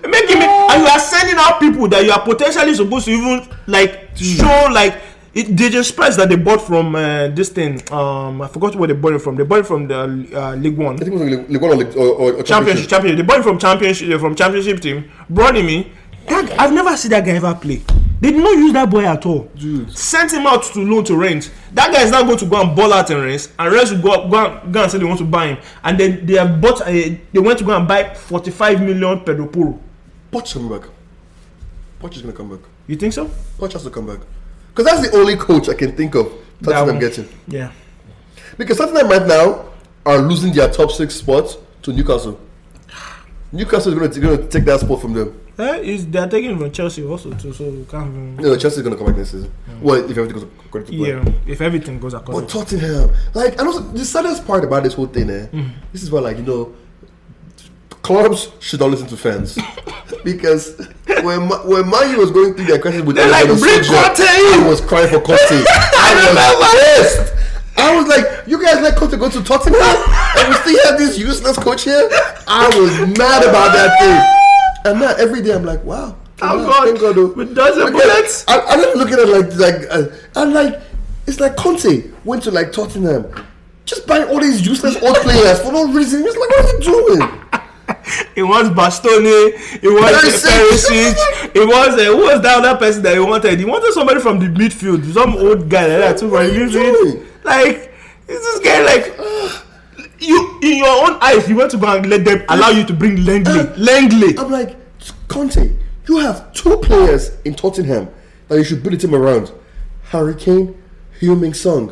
Speaker 1: Make it make, and you are sending out people that you are potentially supposed to even like show like it, they just press that they bought from uh, this thing. Um, I forgot where they bought it from. They bought it from the uh, League One.
Speaker 2: I think it was like, like one or, like, or, or, or
Speaker 1: championship,
Speaker 2: championship.
Speaker 1: championship. They bought him from championship uh, from championship team. Brought him in. That, I've never seen that guy ever play. They did not use that boy at all.
Speaker 2: Dude.
Speaker 1: Sent him out to loan to Rennes. That guy is now going to go and ball out in Rennes, and Rennes will go, up, go, and, go and say they want to buy him. And then they have bought. Uh, they went to go and buy 45 million Pedro Poro.
Speaker 2: Poch coming back. Poch is gonna come back.
Speaker 1: You think so?
Speaker 2: Poch has to come back because that's the only coach I can think of.
Speaker 1: That
Speaker 2: Tottenham
Speaker 1: one.
Speaker 2: getting.
Speaker 1: Yeah.
Speaker 2: Because Tottenham right now are losing their top six spot to Newcastle. Newcastle is going to, going to take that spot from them.
Speaker 1: Eh, is they are taking from Chelsea also too, so you can't even.
Speaker 2: You know, Chelsea is going to come back next season. Well, if everything goes according to plan.
Speaker 1: Yeah, if everything goes according.
Speaker 2: But Tottenham, like, and also the saddest part about this whole thing, eh,
Speaker 1: Mm.
Speaker 2: this is why, like, you know, clubs should not listen to fans because when Ma- when Man U was going through their crisis with
Speaker 1: They're like,
Speaker 2: Alexander
Speaker 1: "Bring
Speaker 2: Solskjaer,"
Speaker 1: Conte in!
Speaker 2: I was crying for Conte. I was pissed. I was like, you guys let Conte go to Tottenham, and we still have this useless coach here. I was mad about that thing, and now every day I'm like, wow.
Speaker 1: Thank
Speaker 2: wow,
Speaker 1: God.
Speaker 2: thank God, oh.
Speaker 1: With dozen
Speaker 2: Look at-
Speaker 1: bullets.
Speaker 2: I, I'm not looking at it like like uh, I'm like it's like Conte went to like Tottenham, just buying all these useless old players for no reason. It's like what are you doing?
Speaker 1: It was Bastoni. It was
Speaker 2: Perisic.
Speaker 1: Perisic. It was uh, who was that other person that he wanted? He wanted somebody from the midfield, some old guy like that too from the midfield. Like is this guy like you in your own eyes? You want to go and let them allow you to bring Langley, Langley.
Speaker 2: I'm like Conte, you have two players in Tottenham that you should build a team around: Harry Kane, Heung-Min Song.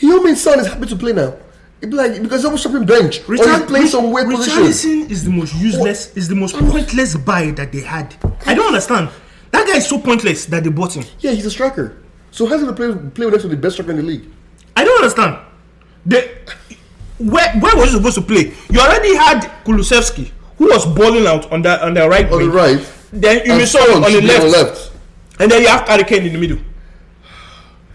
Speaker 2: Heung-Min Song is happy to play now. It'd be like because someone's shopping bench or he's playing
Speaker 1: Rich-
Speaker 2: some weird position.
Speaker 1: Richarlison is the most useless, is the most pointless buy that they had. I don't understand. That guy is so pointless that they bought him.
Speaker 2: Yeah, he's a striker. So how's he gonna play play next to the best striker in the league?
Speaker 1: I don't understand. The where where was you supposed to play? You already had Kulusevski, who was balling out on the on the right
Speaker 2: On the
Speaker 1: wing.
Speaker 2: right,
Speaker 1: Then you
Speaker 2: and
Speaker 1: saw
Speaker 2: Son
Speaker 1: on the
Speaker 2: should be
Speaker 1: left, and then you have Harry Kane in the middle.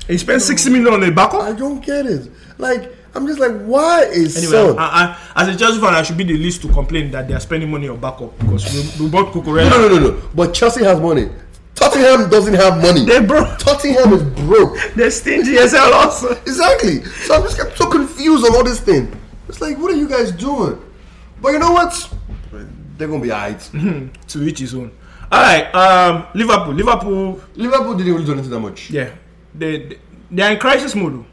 Speaker 1: He spent sixty million on a
Speaker 2: I
Speaker 1: backup.
Speaker 2: don't get it. Like, I'm just like, why is
Speaker 1: Anyway,
Speaker 2: Son?
Speaker 1: I, I, as a Chelsea fan, I should be the least to complain that they are spending money on backup because we, we bought Cucurella.
Speaker 2: no, no, no, no. But Chelsea has money. Tottenham doesn't have money.
Speaker 1: They're broke.
Speaker 2: Tottenham is broke.
Speaker 1: They're stingy as hell. Also,
Speaker 2: Exactly. So I'm just I'm so confused on all this thing. It's like, what are you guys doing? But you know what? They're gonna be alright.
Speaker 1: to each his own. All right, um, Liverpool. Liverpool
Speaker 2: Liverpool didn't really do anything that much.
Speaker 1: Yeah, they they- they are in crisis mode. oh.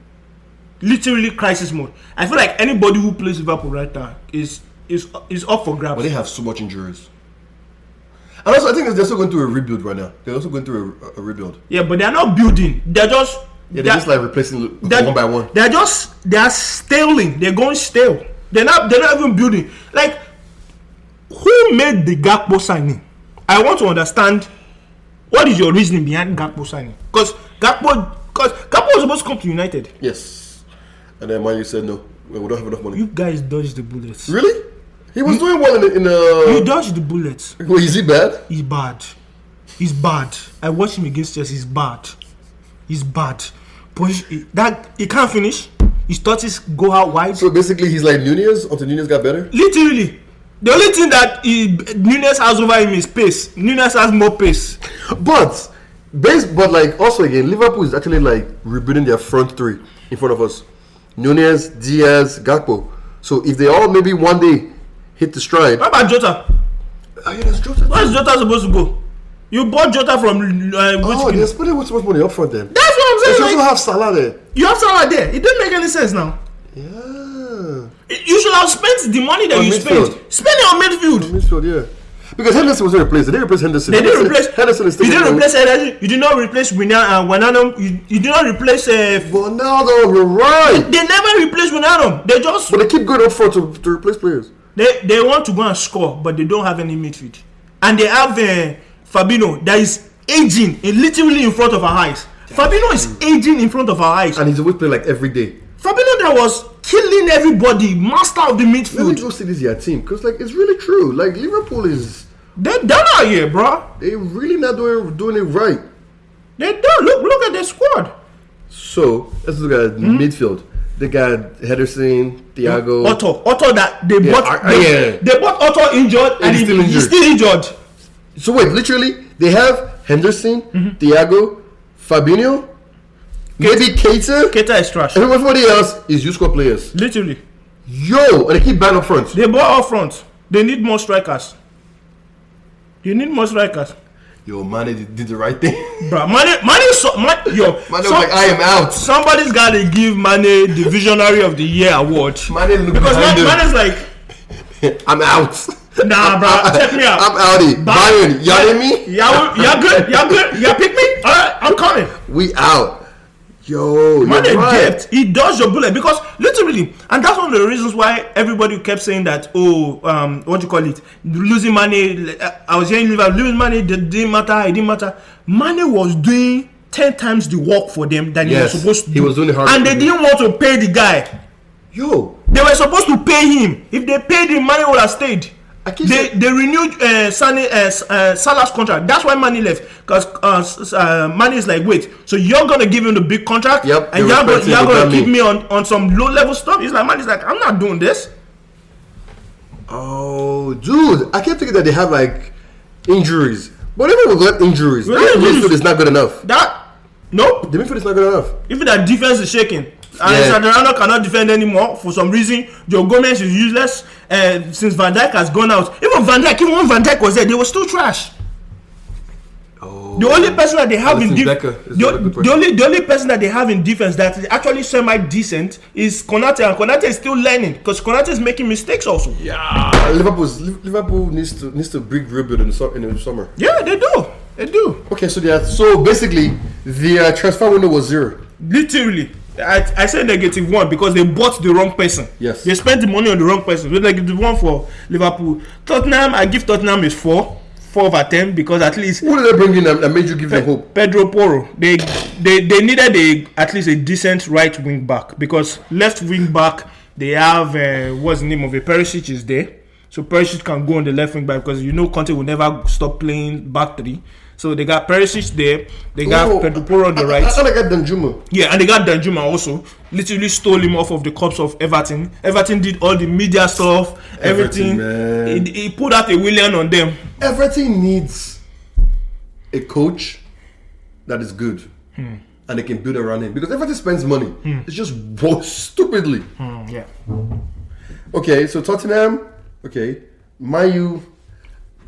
Speaker 1: Literally crisis mode. I feel like anybody who plays Liverpool right now is is is up for grabs.
Speaker 2: But they have so much injuries. And also, I think they're still going through a rebuild right now. They're also going through a, a rebuild.
Speaker 1: yeah, but they are not building. They're just
Speaker 2: Yeah, they're
Speaker 1: they're-
Speaker 2: just like replacing
Speaker 1: they're-
Speaker 2: one by one.
Speaker 1: They're just they're staling. They're going stale. They're not they're not even building. Like who made the Gakpo signing? I want to understand what is your reasoning behind Gakpo signing? Because Gakpo because Gakpo was supposed to come to United.
Speaker 2: Yes. And then Manu said no. We don't have enough money.
Speaker 1: You guys dodged the bullets.
Speaker 2: Really? He was doing well in the. In
Speaker 1: You
Speaker 2: the
Speaker 1: dodged the bullets.
Speaker 2: well, is he bad?
Speaker 1: he's bad. He's bad. I watched him against Chelsea. He's bad. He's bad. Push that he can't finish. His touches go out wide.
Speaker 2: So basically, he's like Nunez until Nunez got better.
Speaker 1: Literally, the only thing that he, Nunes has over him is pace. Nunes has more pace.
Speaker 2: But Base, but like also again, Liverpool is actually like rebuilding their front three in front of us: Nunez, Diaz, Gakpo. So if they all maybe one day hit the stride,
Speaker 1: How about Jota?
Speaker 2: oh yeah, there's Jota.
Speaker 1: Where's Jota supposed to go? You bought Jota from uh, which
Speaker 2: Oh,
Speaker 1: team?
Speaker 2: they're spending way too much money up front then.
Speaker 1: That's what
Speaker 2: They
Speaker 1: I'm
Speaker 2: should
Speaker 1: saying.
Speaker 2: also
Speaker 1: Like,
Speaker 2: have Salah there.
Speaker 1: you have Salah there. It didn't make any sense now.
Speaker 2: Yeah,
Speaker 1: You should have spent the money that
Speaker 2: On
Speaker 1: you
Speaker 2: midfield.
Speaker 1: spent. Spend it on midfield.
Speaker 2: midfield, yeah. Because Henderson was replaced. They didn't replace Henderson.
Speaker 1: They didn't
Speaker 2: Henderson-
Speaker 1: replace.
Speaker 2: Henderson is
Speaker 1: you
Speaker 2: still
Speaker 1: didn't replace Ederson. You did not replace Winner and Wijnaldum. You, you did not replace. Uh,
Speaker 2: Ronaldo. You're right.
Speaker 1: they never replaced Wijnaldum. They just
Speaker 2: But they keep going up front to, to replace players.
Speaker 1: they, they want to go and score, but they don't have any midfield, and they have uh, Fabinho that is aging in, literally in front of our eyes. Fabinho is
Speaker 2: Mm.
Speaker 1: aging in front of our eyes.
Speaker 2: And he's always playing like every day.
Speaker 1: Fabinho that was killing everybody, master of the
Speaker 2: Let me
Speaker 1: midfield.
Speaker 2: go see this year team because like it's really true. Like Liverpool is
Speaker 1: They're done out here, bro.
Speaker 2: they really not doing doing it right.
Speaker 1: They're done. Look, look at their squad.
Speaker 2: So let's look at
Speaker 1: Hmm?
Speaker 2: midfield. They got Henderson, Thiago.
Speaker 1: Otto, Otto that they
Speaker 2: Oh. Yeah,
Speaker 1: bought.
Speaker 2: I- I-
Speaker 1: they,
Speaker 2: yeah.
Speaker 1: they bought Otto injured, and, he-
Speaker 2: he's still
Speaker 1: he's
Speaker 2: injured.
Speaker 1: still injured.
Speaker 2: So wait, literally they have Henderson,
Speaker 1: Mm-hmm.
Speaker 2: Thiago, Fabinho, maybe Keita.
Speaker 1: Keta is trash.
Speaker 2: and Everybody else is U squad players.
Speaker 1: Literally.
Speaker 2: Yo, and they keep buying up front.
Speaker 1: They bought up front. They need more strikers. You need more strikers.
Speaker 2: Yo, Mane did, did the right thing. Mane
Speaker 1: Bruh, money, money, so, money, yo.
Speaker 2: was
Speaker 1: some-
Speaker 2: like, ah. I am out.
Speaker 1: somebody's got to give Mane the Visionary of the Year award.
Speaker 2: Mane looked
Speaker 1: Because
Speaker 2: behind
Speaker 1: Mane,
Speaker 2: him.
Speaker 1: Mane's like,
Speaker 2: I'm out.
Speaker 1: nah, bruh, check me out.
Speaker 2: I'm outie. Bayern, y'all hear me?
Speaker 1: Y'all, y'all good? Y'all good? Y'all pick me? All right, I'm coming.
Speaker 2: We out. Yo,
Speaker 1: Man,
Speaker 2: you're
Speaker 1: they
Speaker 2: right.
Speaker 1: depth. He does your bullet because literally, and that's one of the reasons why everybody kept saying that. Oh, um, what do you call it? Losing money. uh, I was hearing Liverpool losing money. It didn't matter. It didn't matter. Money was doing ten times the work for them that
Speaker 2: Yes,
Speaker 1: he was supposed to.
Speaker 2: he
Speaker 1: do.
Speaker 2: was doing the hard
Speaker 1: and they
Speaker 2: work.
Speaker 1: didn't want to pay the guy.
Speaker 2: Yo,
Speaker 1: They were supposed to pay him. If they paid him, money would have stayed.
Speaker 2: I keep
Speaker 1: They,
Speaker 2: saying-
Speaker 1: they renewed uh, Sane, uh, S- uh, Salah's contract. That's why Manny left because uh, S- uh, Manny is like, wait, so you're gonna give him the big contract,
Speaker 2: Yep,
Speaker 1: and
Speaker 2: they
Speaker 1: you're gonna,
Speaker 2: respect him,
Speaker 1: you're
Speaker 2: they
Speaker 1: gonna
Speaker 2: got
Speaker 1: keep
Speaker 2: me.
Speaker 1: me on, on some low level stuff. He's like, Manny's like, I'm not doing this.
Speaker 2: oh, dude, I kept thinking that they have like injuries. But everyone got injuries. The
Speaker 1: Well, yeah,
Speaker 2: midfield
Speaker 1: injuries.
Speaker 2: is not good enough.
Speaker 1: That nope.
Speaker 2: The midfield is not good enough.
Speaker 1: Even that defense is shaking.
Speaker 2: Yeah.
Speaker 1: And Sadarano cannot defend anymore for some reason. Joe Gomez is useless uh, since Van Dijk has gone out. Even Van Dijk, even when Van Dijk was there, they were still trash.
Speaker 2: Oh,
Speaker 1: The only person that they have in
Speaker 2: Alisson
Speaker 1: defense,
Speaker 2: Becker is another
Speaker 1: the,
Speaker 2: good
Speaker 1: the only the only person that they have in defense that is actually semi decent is Konate, and Konate is still learning because Konate is making mistakes also. Yeah,
Speaker 2: yeah. Liverpool's, Liverpool needs to needs to big rebuild in the, su- in the summer.
Speaker 1: they do, they do.
Speaker 2: Okay, so they are, so basically the uh, transfer window was zero.
Speaker 1: Literally, I I say negative one because they bought the wrong person.
Speaker 2: Yes.
Speaker 1: they spent the money on the wrong person. So negative one for Liverpool. Tottenham, I give Tottenham is four, four over ten because at least
Speaker 2: Who did they bring in that, that made you give them hope?
Speaker 1: Pedro Porro. They they they needed a at least a decent right wing back because left wing back they have uh, what's the name of it? Perisic is there, so Perisic can go on the left wing back because you know Conte will never stop playing back three. So they got Perisic there, they got
Speaker 2: Oh,
Speaker 1: Pedro Porro on the right.
Speaker 2: I, I, thought I got Danjuma.
Speaker 1: Yeah, and they got Danjuma also. Literally stole him off of the corpse of Everton. Everton did all the media stuff, everything.
Speaker 2: Everton, man.
Speaker 1: he, he put out a William on them.
Speaker 2: Everything needs a coach that is good
Speaker 1: Hmm.
Speaker 2: and they can build around him because everything spends money. It's just wo- stupidly.
Speaker 1: Mm, yeah.
Speaker 2: Okay, so Tottenham, okay, Mayu,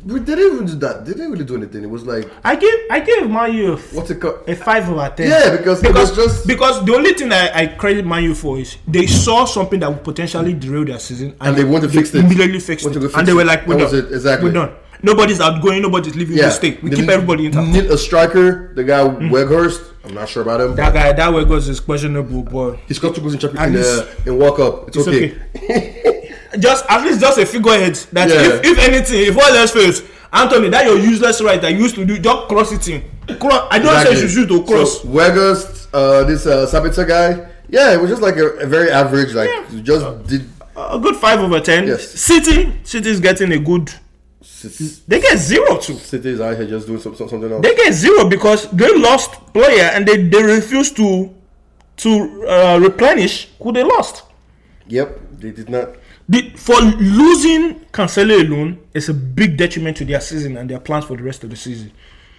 Speaker 2: we they didn't even do that. They didn't really do anything. It was like
Speaker 1: I gave I gave my youth
Speaker 2: what's it called?
Speaker 1: A five over ten.
Speaker 2: Yeah, because it
Speaker 1: because,
Speaker 2: was just-
Speaker 1: because the only thing I, I credit Manu for is they saw something that would potentially derail their season
Speaker 2: And they wanted to fix it.
Speaker 1: Immediately fixed
Speaker 2: Wanted
Speaker 1: it.
Speaker 2: to
Speaker 1: And
Speaker 2: fix
Speaker 1: they were
Speaker 2: it.
Speaker 1: like, we're
Speaker 2: That was
Speaker 1: done.
Speaker 2: it, exactly.
Speaker 1: We're done. Nobody's outgoing. Nobody's leaving. We stay. We
Speaker 2: They
Speaker 1: keep
Speaker 2: need-
Speaker 1: everybody intact. Hmm.
Speaker 2: Need a striker. The guy Weghurst. I'm not sure about him.
Speaker 1: That guy, that way goes is questionable, but
Speaker 2: He's got two goals in champion
Speaker 1: At
Speaker 2: in,
Speaker 1: least-
Speaker 2: uh, in walk up. It's,
Speaker 1: it's
Speaker 2: okay.
Speaker 1: okay. just at least just a figurehead. That
Speaker 2: Yeah.
Speaker 1: if, if anything, if all else fails, Anthony, that your useless right that you used to do, just cross it in. Cross. I don't say you should do cross.
Speaker 2: So, Weghurst, uh, this uh, Sabitzer guy. Yeah, it was just like a, a very average. Like you just did.
Speaker 1: a good five over ten.
Speaker 2: Yes.
Speaker 1: City, City is getting a good.
Speaker 2: City
Speaker 1: They get zero too.
Speaker 2: is out here just doing some, some, something else.
Speaker 1: They get zero because they lost player and they, they refused to to uh, replenish who they lost.
Speaker 2: Yep, they did not.
Speaker 1: The, for losing Cancelo alone is a big detriment to their season and their plans for the rest of the season.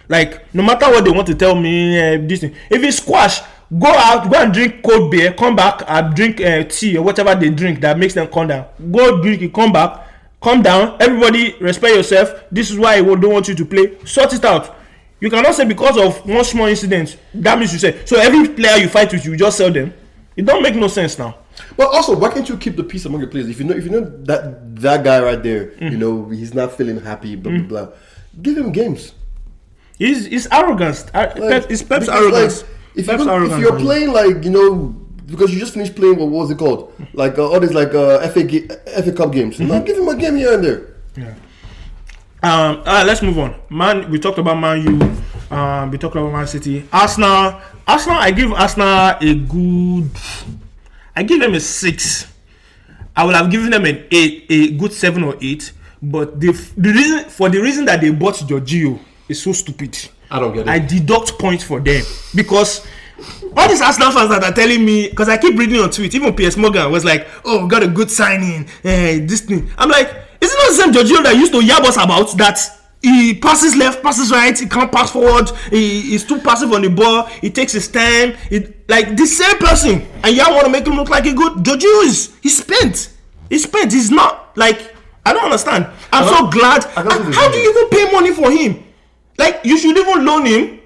Speaker 1: Like no matter what they want to tell me, uh, this thing. If it's squash, go out, go and drink cold beer, come back, I drink uh, tea or whatever they drink that makes them calm down. Go drink it, come back, calm down. Everybody respect yourself. This is why I wo- don't want you to play. Sort it out. You cannot say because of one small incident that means you say so. Every player you fight with, you just sell them. It don't make no sense now.
Speaker 2: But also, why can't you keep the peace among your players? If you know, if you know that that guy right there, you know he's not feeling happy, blah blah blah. Give him games.
Speaker 1: It's it's arrogance. Ar-
Speaker 2: Like,
Speaker 1: Uh, Pep, it's Pep's
Speaker 2: because,
Speaker 1: arrogance.
Speaker 2: like, if,
Speaker 1: Pep's
Speaker 2: you,
Speaker 1: arrogance,
Speaker 2: if you're
Speaker 1: man.
Speaker 2: playing like you know, because you just finished playing what, was it called? Like uh, all these like uh, FA ga- FA Cup games. Now give him a game here and there.
Speaker 1: Um, all right, let's move on. Man, we talked about Man U. Um, we talked about Man City. Arsenal. Arsenal. I give Arsenal a good. I give them a six. I would have given them an eight, a good seven or eight. But the f- the reason for the reason that they bought Jorginho is so stupid.
Speaker 2: I don't get it.
Speaker 1: I deduct points for them because all these Arsenal fans that are telling me because I keep reading on tweet, even PS Morgan was like, "Oh, we got a good signing, eh, this thing." I'm like, is it not the same Jorginho that used to yab us about that? He passes left, passes right. He can't pass forward. He, he's too passive on the ball. He takes his time. It like the same person, and y'all want to make him look like a good Jorginho is. He's spent. He's spent. He's not like I don't understand. I'm so glad.
Speaker 2: I can't
Speaker 1: And
Speaker 2: believe
Speaker 1: how do
Speaker 2: it.
Speaker 1: you even pay money for him? Like you should even loan him.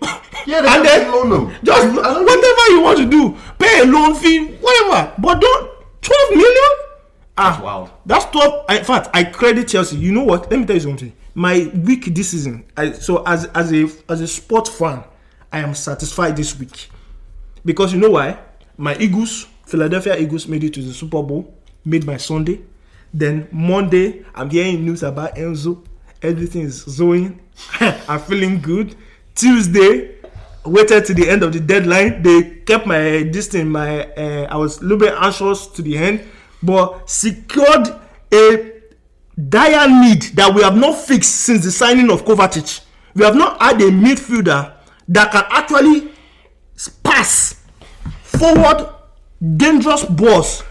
Speaker 2: Yeah, they
Speaker 1: and
Speaker 2: can
Speaker 1: then
Speaker 2: loan him.
Speaker 1: Just
Speaker 2: I- I don't
Speaker 1: whatever you want to do, pay a loan fee, whatever. But don't twelve million. Ah,
Speaker 2: That's wild.
Speaker 1: That's twelve. I, in fact, I credit Chelsea. You know what? Let me tell you something. My week this season. I so as as a as a sport fan, I am satisfied this week because you know why? My Eagles, Philadelphia Eagles, made it to the Super Bowl. Made my Sunday. Then Monday, I'm hearing news about Enzo. Everything is zoing. I'm feeling good. Tuesday, waited to the end of the deadline. They kept my this thing. My uh, I was a little bit anxious to the end, but secured a dire need that we have not fixed since the signing of Kovacic. We have not had a midfielder that can actually pass forward dangerous balls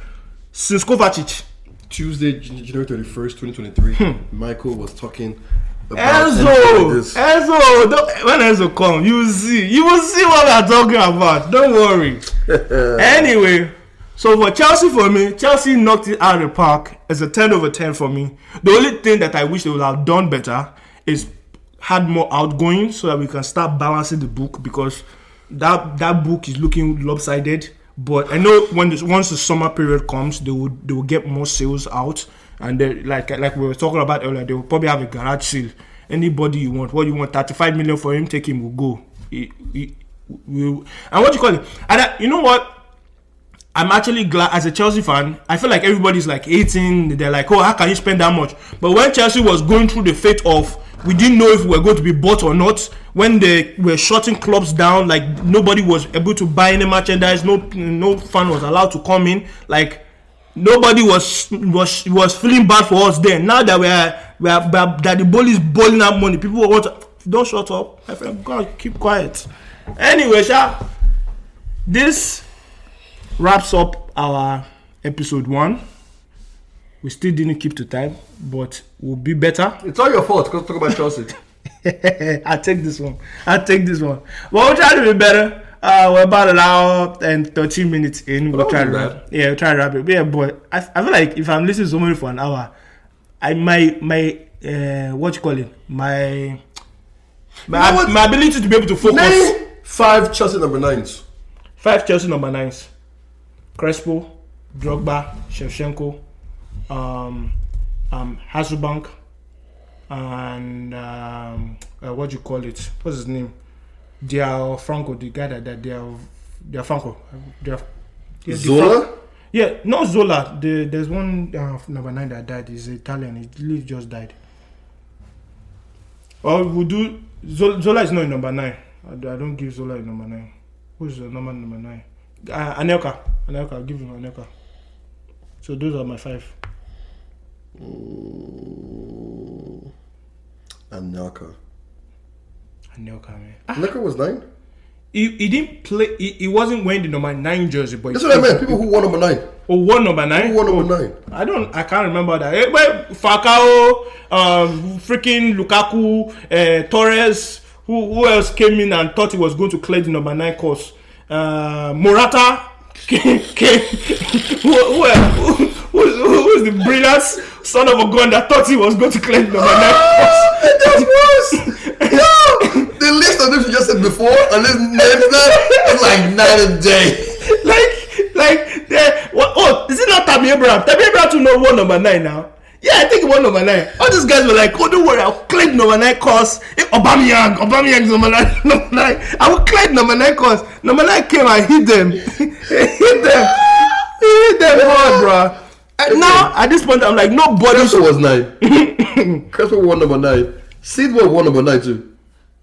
Speaker 1: since Kovacic.
Speaker 2: Tuesday, Jan- January thirty first, twenty twenty three. Michael was talking. About
Speaker 1: Enzo,
Speaker 2: this.
Speaker 1: Enzo, don't- when Enzo come, you will see, you will see what we are talking about. Don't worry. anyway, so for Chelsea for me, Chelsea knocked it out of the park. It's a ten over ten for me. The only thing that I wish they would have done better is had more outgoing so that we can start balancing the book because that that book is looking lopsided. But I know when this, once the summer period comes, they will they will get more sales out, and they like like we were talking about earlier, they will probably have a garage sale. Anybody you want, what you want, thirty five million for him, take him, will go. He- he- will- and what you call it? And I, you know what? I'm actually glad as a Chelsea fan. I feel like everybody's like hating. They're like, oh, how can you spend that much? But when Chelsea was going through the fate of we didn't know if we were going to be bought or not, when they were shutting clubs down, like nobody was able to buy any merchandise, no no fan was allowed to come in, like nobody was was was feeling bad for us then. Now that we are we are, we are that the ball is boiling up money, people want to, don't shut up. I feel God keep quiet. Anyway, sha, this wraps up our episode one. We still didn't keep to time, but we'll be better.
Speaker 2: It's all your fault. Cause talk about Chelsea.
Speaker 1: I take this one. I take this one. Well, we'll try to be better. Uh, we're about an hour and 13 minutes in. We'll
Speaker 2: that
Speaker 1: try to
Speaker 2: wasn't
Speaker 1: wrap. Yeah, we'll try to wrap it. Yeah, but I, I feel like if I'm listening to somebody for an hour, I my my uh, what you call it? My my,
Speaker 2: You know what?
Speaker 1: my ability to be able to focus.
Speaker 2: Name five Chelsea number nines.
Speaker 1: Five Chelsea number nines: Crespo, Drogba, Shevchenko, um, um, Hasselbank, and um, uh, what do you call it? What's his name? Diao Franco, the guy that that Diao Diao Franco. Diao, yeah, Di Fran-
Speaker 2: Zola.
Speaker 1: yeah, not Zola. The, there's one uh, number nine that died. He's Italian. He literally just died. Or we do Zola, Zola is not a number nine. I, do- I don't give Zola a number nine. Who's the number number nine? Uh, Anelka. Anelka. I'll give him Anelka. So those are my five.
Speaker 2: And Naka.
Speaker 1: Anelka, man. Ah,
Speaker 2: Naka was nine.
Speaker 1: He, he didn't play. He, he wasn't wearing the number nine jersey, but he
Speaker 2: That's what I
Speaker 1: played-
Speaker 2: meant. People who won number nine.
Speaker 1: Oh, one number nine.
Speaker 2: Who won number nine?
Speaker 1: I don't. I can't remember that. Eh, well, Falcao, um, freaking Lukaku, uh, eh, Torres. Who who else came in and thought he was going to clear the number nine course? Uh, Morata came. came who, who, else? who, who, who was the brilliant son of a gun that thought he was going to clear the number nine course?
Speaker 2: It just was. Yo, the list of names you just said before and this names now it's like night and day.
Speaker 1: like like the what, oh is it not Tammy Abraham? Tammy Abraham to know one number nine now. Yeah, I think he won number nine. All these guys were like, oh, don't worry, I'll claim number nine cause if Aubameyang, Aubameyang's number nine, number nine. I will claim number nine cause number nine came and hit them, hit them, He hit them hard, bro. And now at this point, I'm like, nobody.
Speaker 2: Crespo was nine. Crespo won number nine. Seed was one number nine too.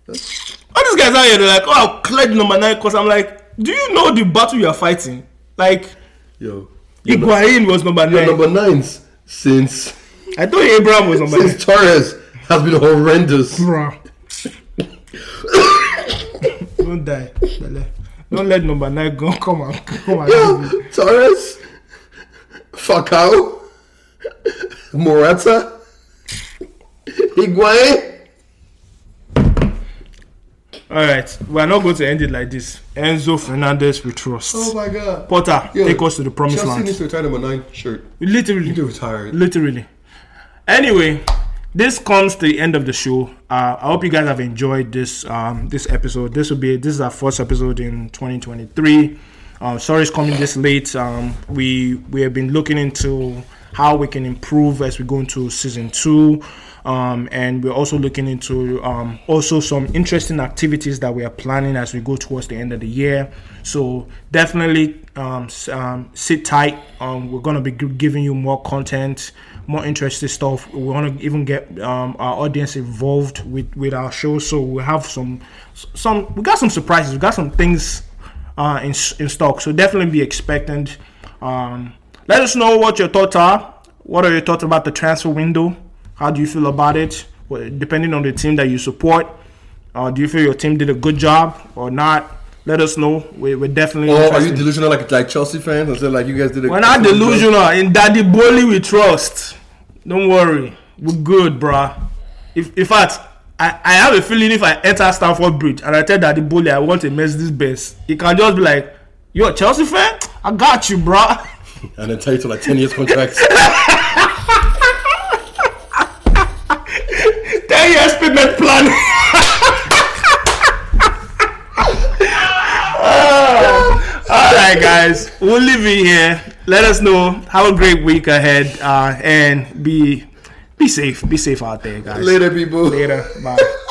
Speaker 1: All these guys out here, they're like, oh, I'll claim number nine cause I'm like, do you know the battle you are fighting? Like,
Speaker 2: Yo.
Speaker 1: Higuain was number
Speaker 2: Your
Speaker 1: nine.
Speaker 2: number nines since
Speaker 1: I thought Abraham was number nine.
Speaker 2: since Torres has been horrendous.
Speaker 1: Bruh. Don't die, Bele. Don't let number nine go. Come on, come on.
Speaker 2: Yo, Torres, Falcao, Morata, Higuain.
Speaker 1: All right, we are not going to end it like this. Enzo Fernandez, we trust.
Speaker 2: my god.
Speaker 1: Potter,
Speaker 2: Yo,
Speaker 1: take us to the promised land.
Speaker 2: to retire number nine shirt.
Speaker 1: Literally,
Speaker 2: retire.
Speaker 1: literally. Anyway, this comes to the end of the show. Uh, I hope you guys have enjoyed this um, this episode. This will be this is our first episode in 2023. Uh, sorry, it's coming this late. Um, we we have been looking into how we can improve as we go into season two. Um, and we're also looking into um, also some interesting activities that we are planning as we go towards the end of the year. So definitely um, s- um, sit tight. Um, we're gonna be gi- giving you more content, more interesting stuff. We want to even get um, our audience involved with with our show. So we have some s- some we got some surprises. We got some things uh, in s- in stock. So definitely be expectant. Um, let us know what your thoughts are. What are your thoughts about the transfer window? How do you feel about it? Well, depending on the team that you support, uh, do you feel your team did a good job or not? Let us know. We, we're definitely.
Speaker 2: Or are
Speaker 1: interested.
Speaker 2: you delusional like like Chelsea fans and say like you guys did it?
Speaker 1: We're not delusional. In Daddy Bully, we trust. Don't worry. We're good, bruh. If, in fact, I, I have a feeling if I enter Stamford Bridge and I tell Daddy Bully I want a Mercedes Benz, he can just be like, You're a Chelsea fan? I got you, bruh.
Speaker 2: And then tie you to like ten years contracts.
Speaker 1: 10 years payment plan. Ah. all right, guys. We'll leave it here. Let us know. Have a great week ahead uh, and be be safe. Be safe out there, guys.
Speaker 2: Later, people.
Speaker 1: Later. Bye.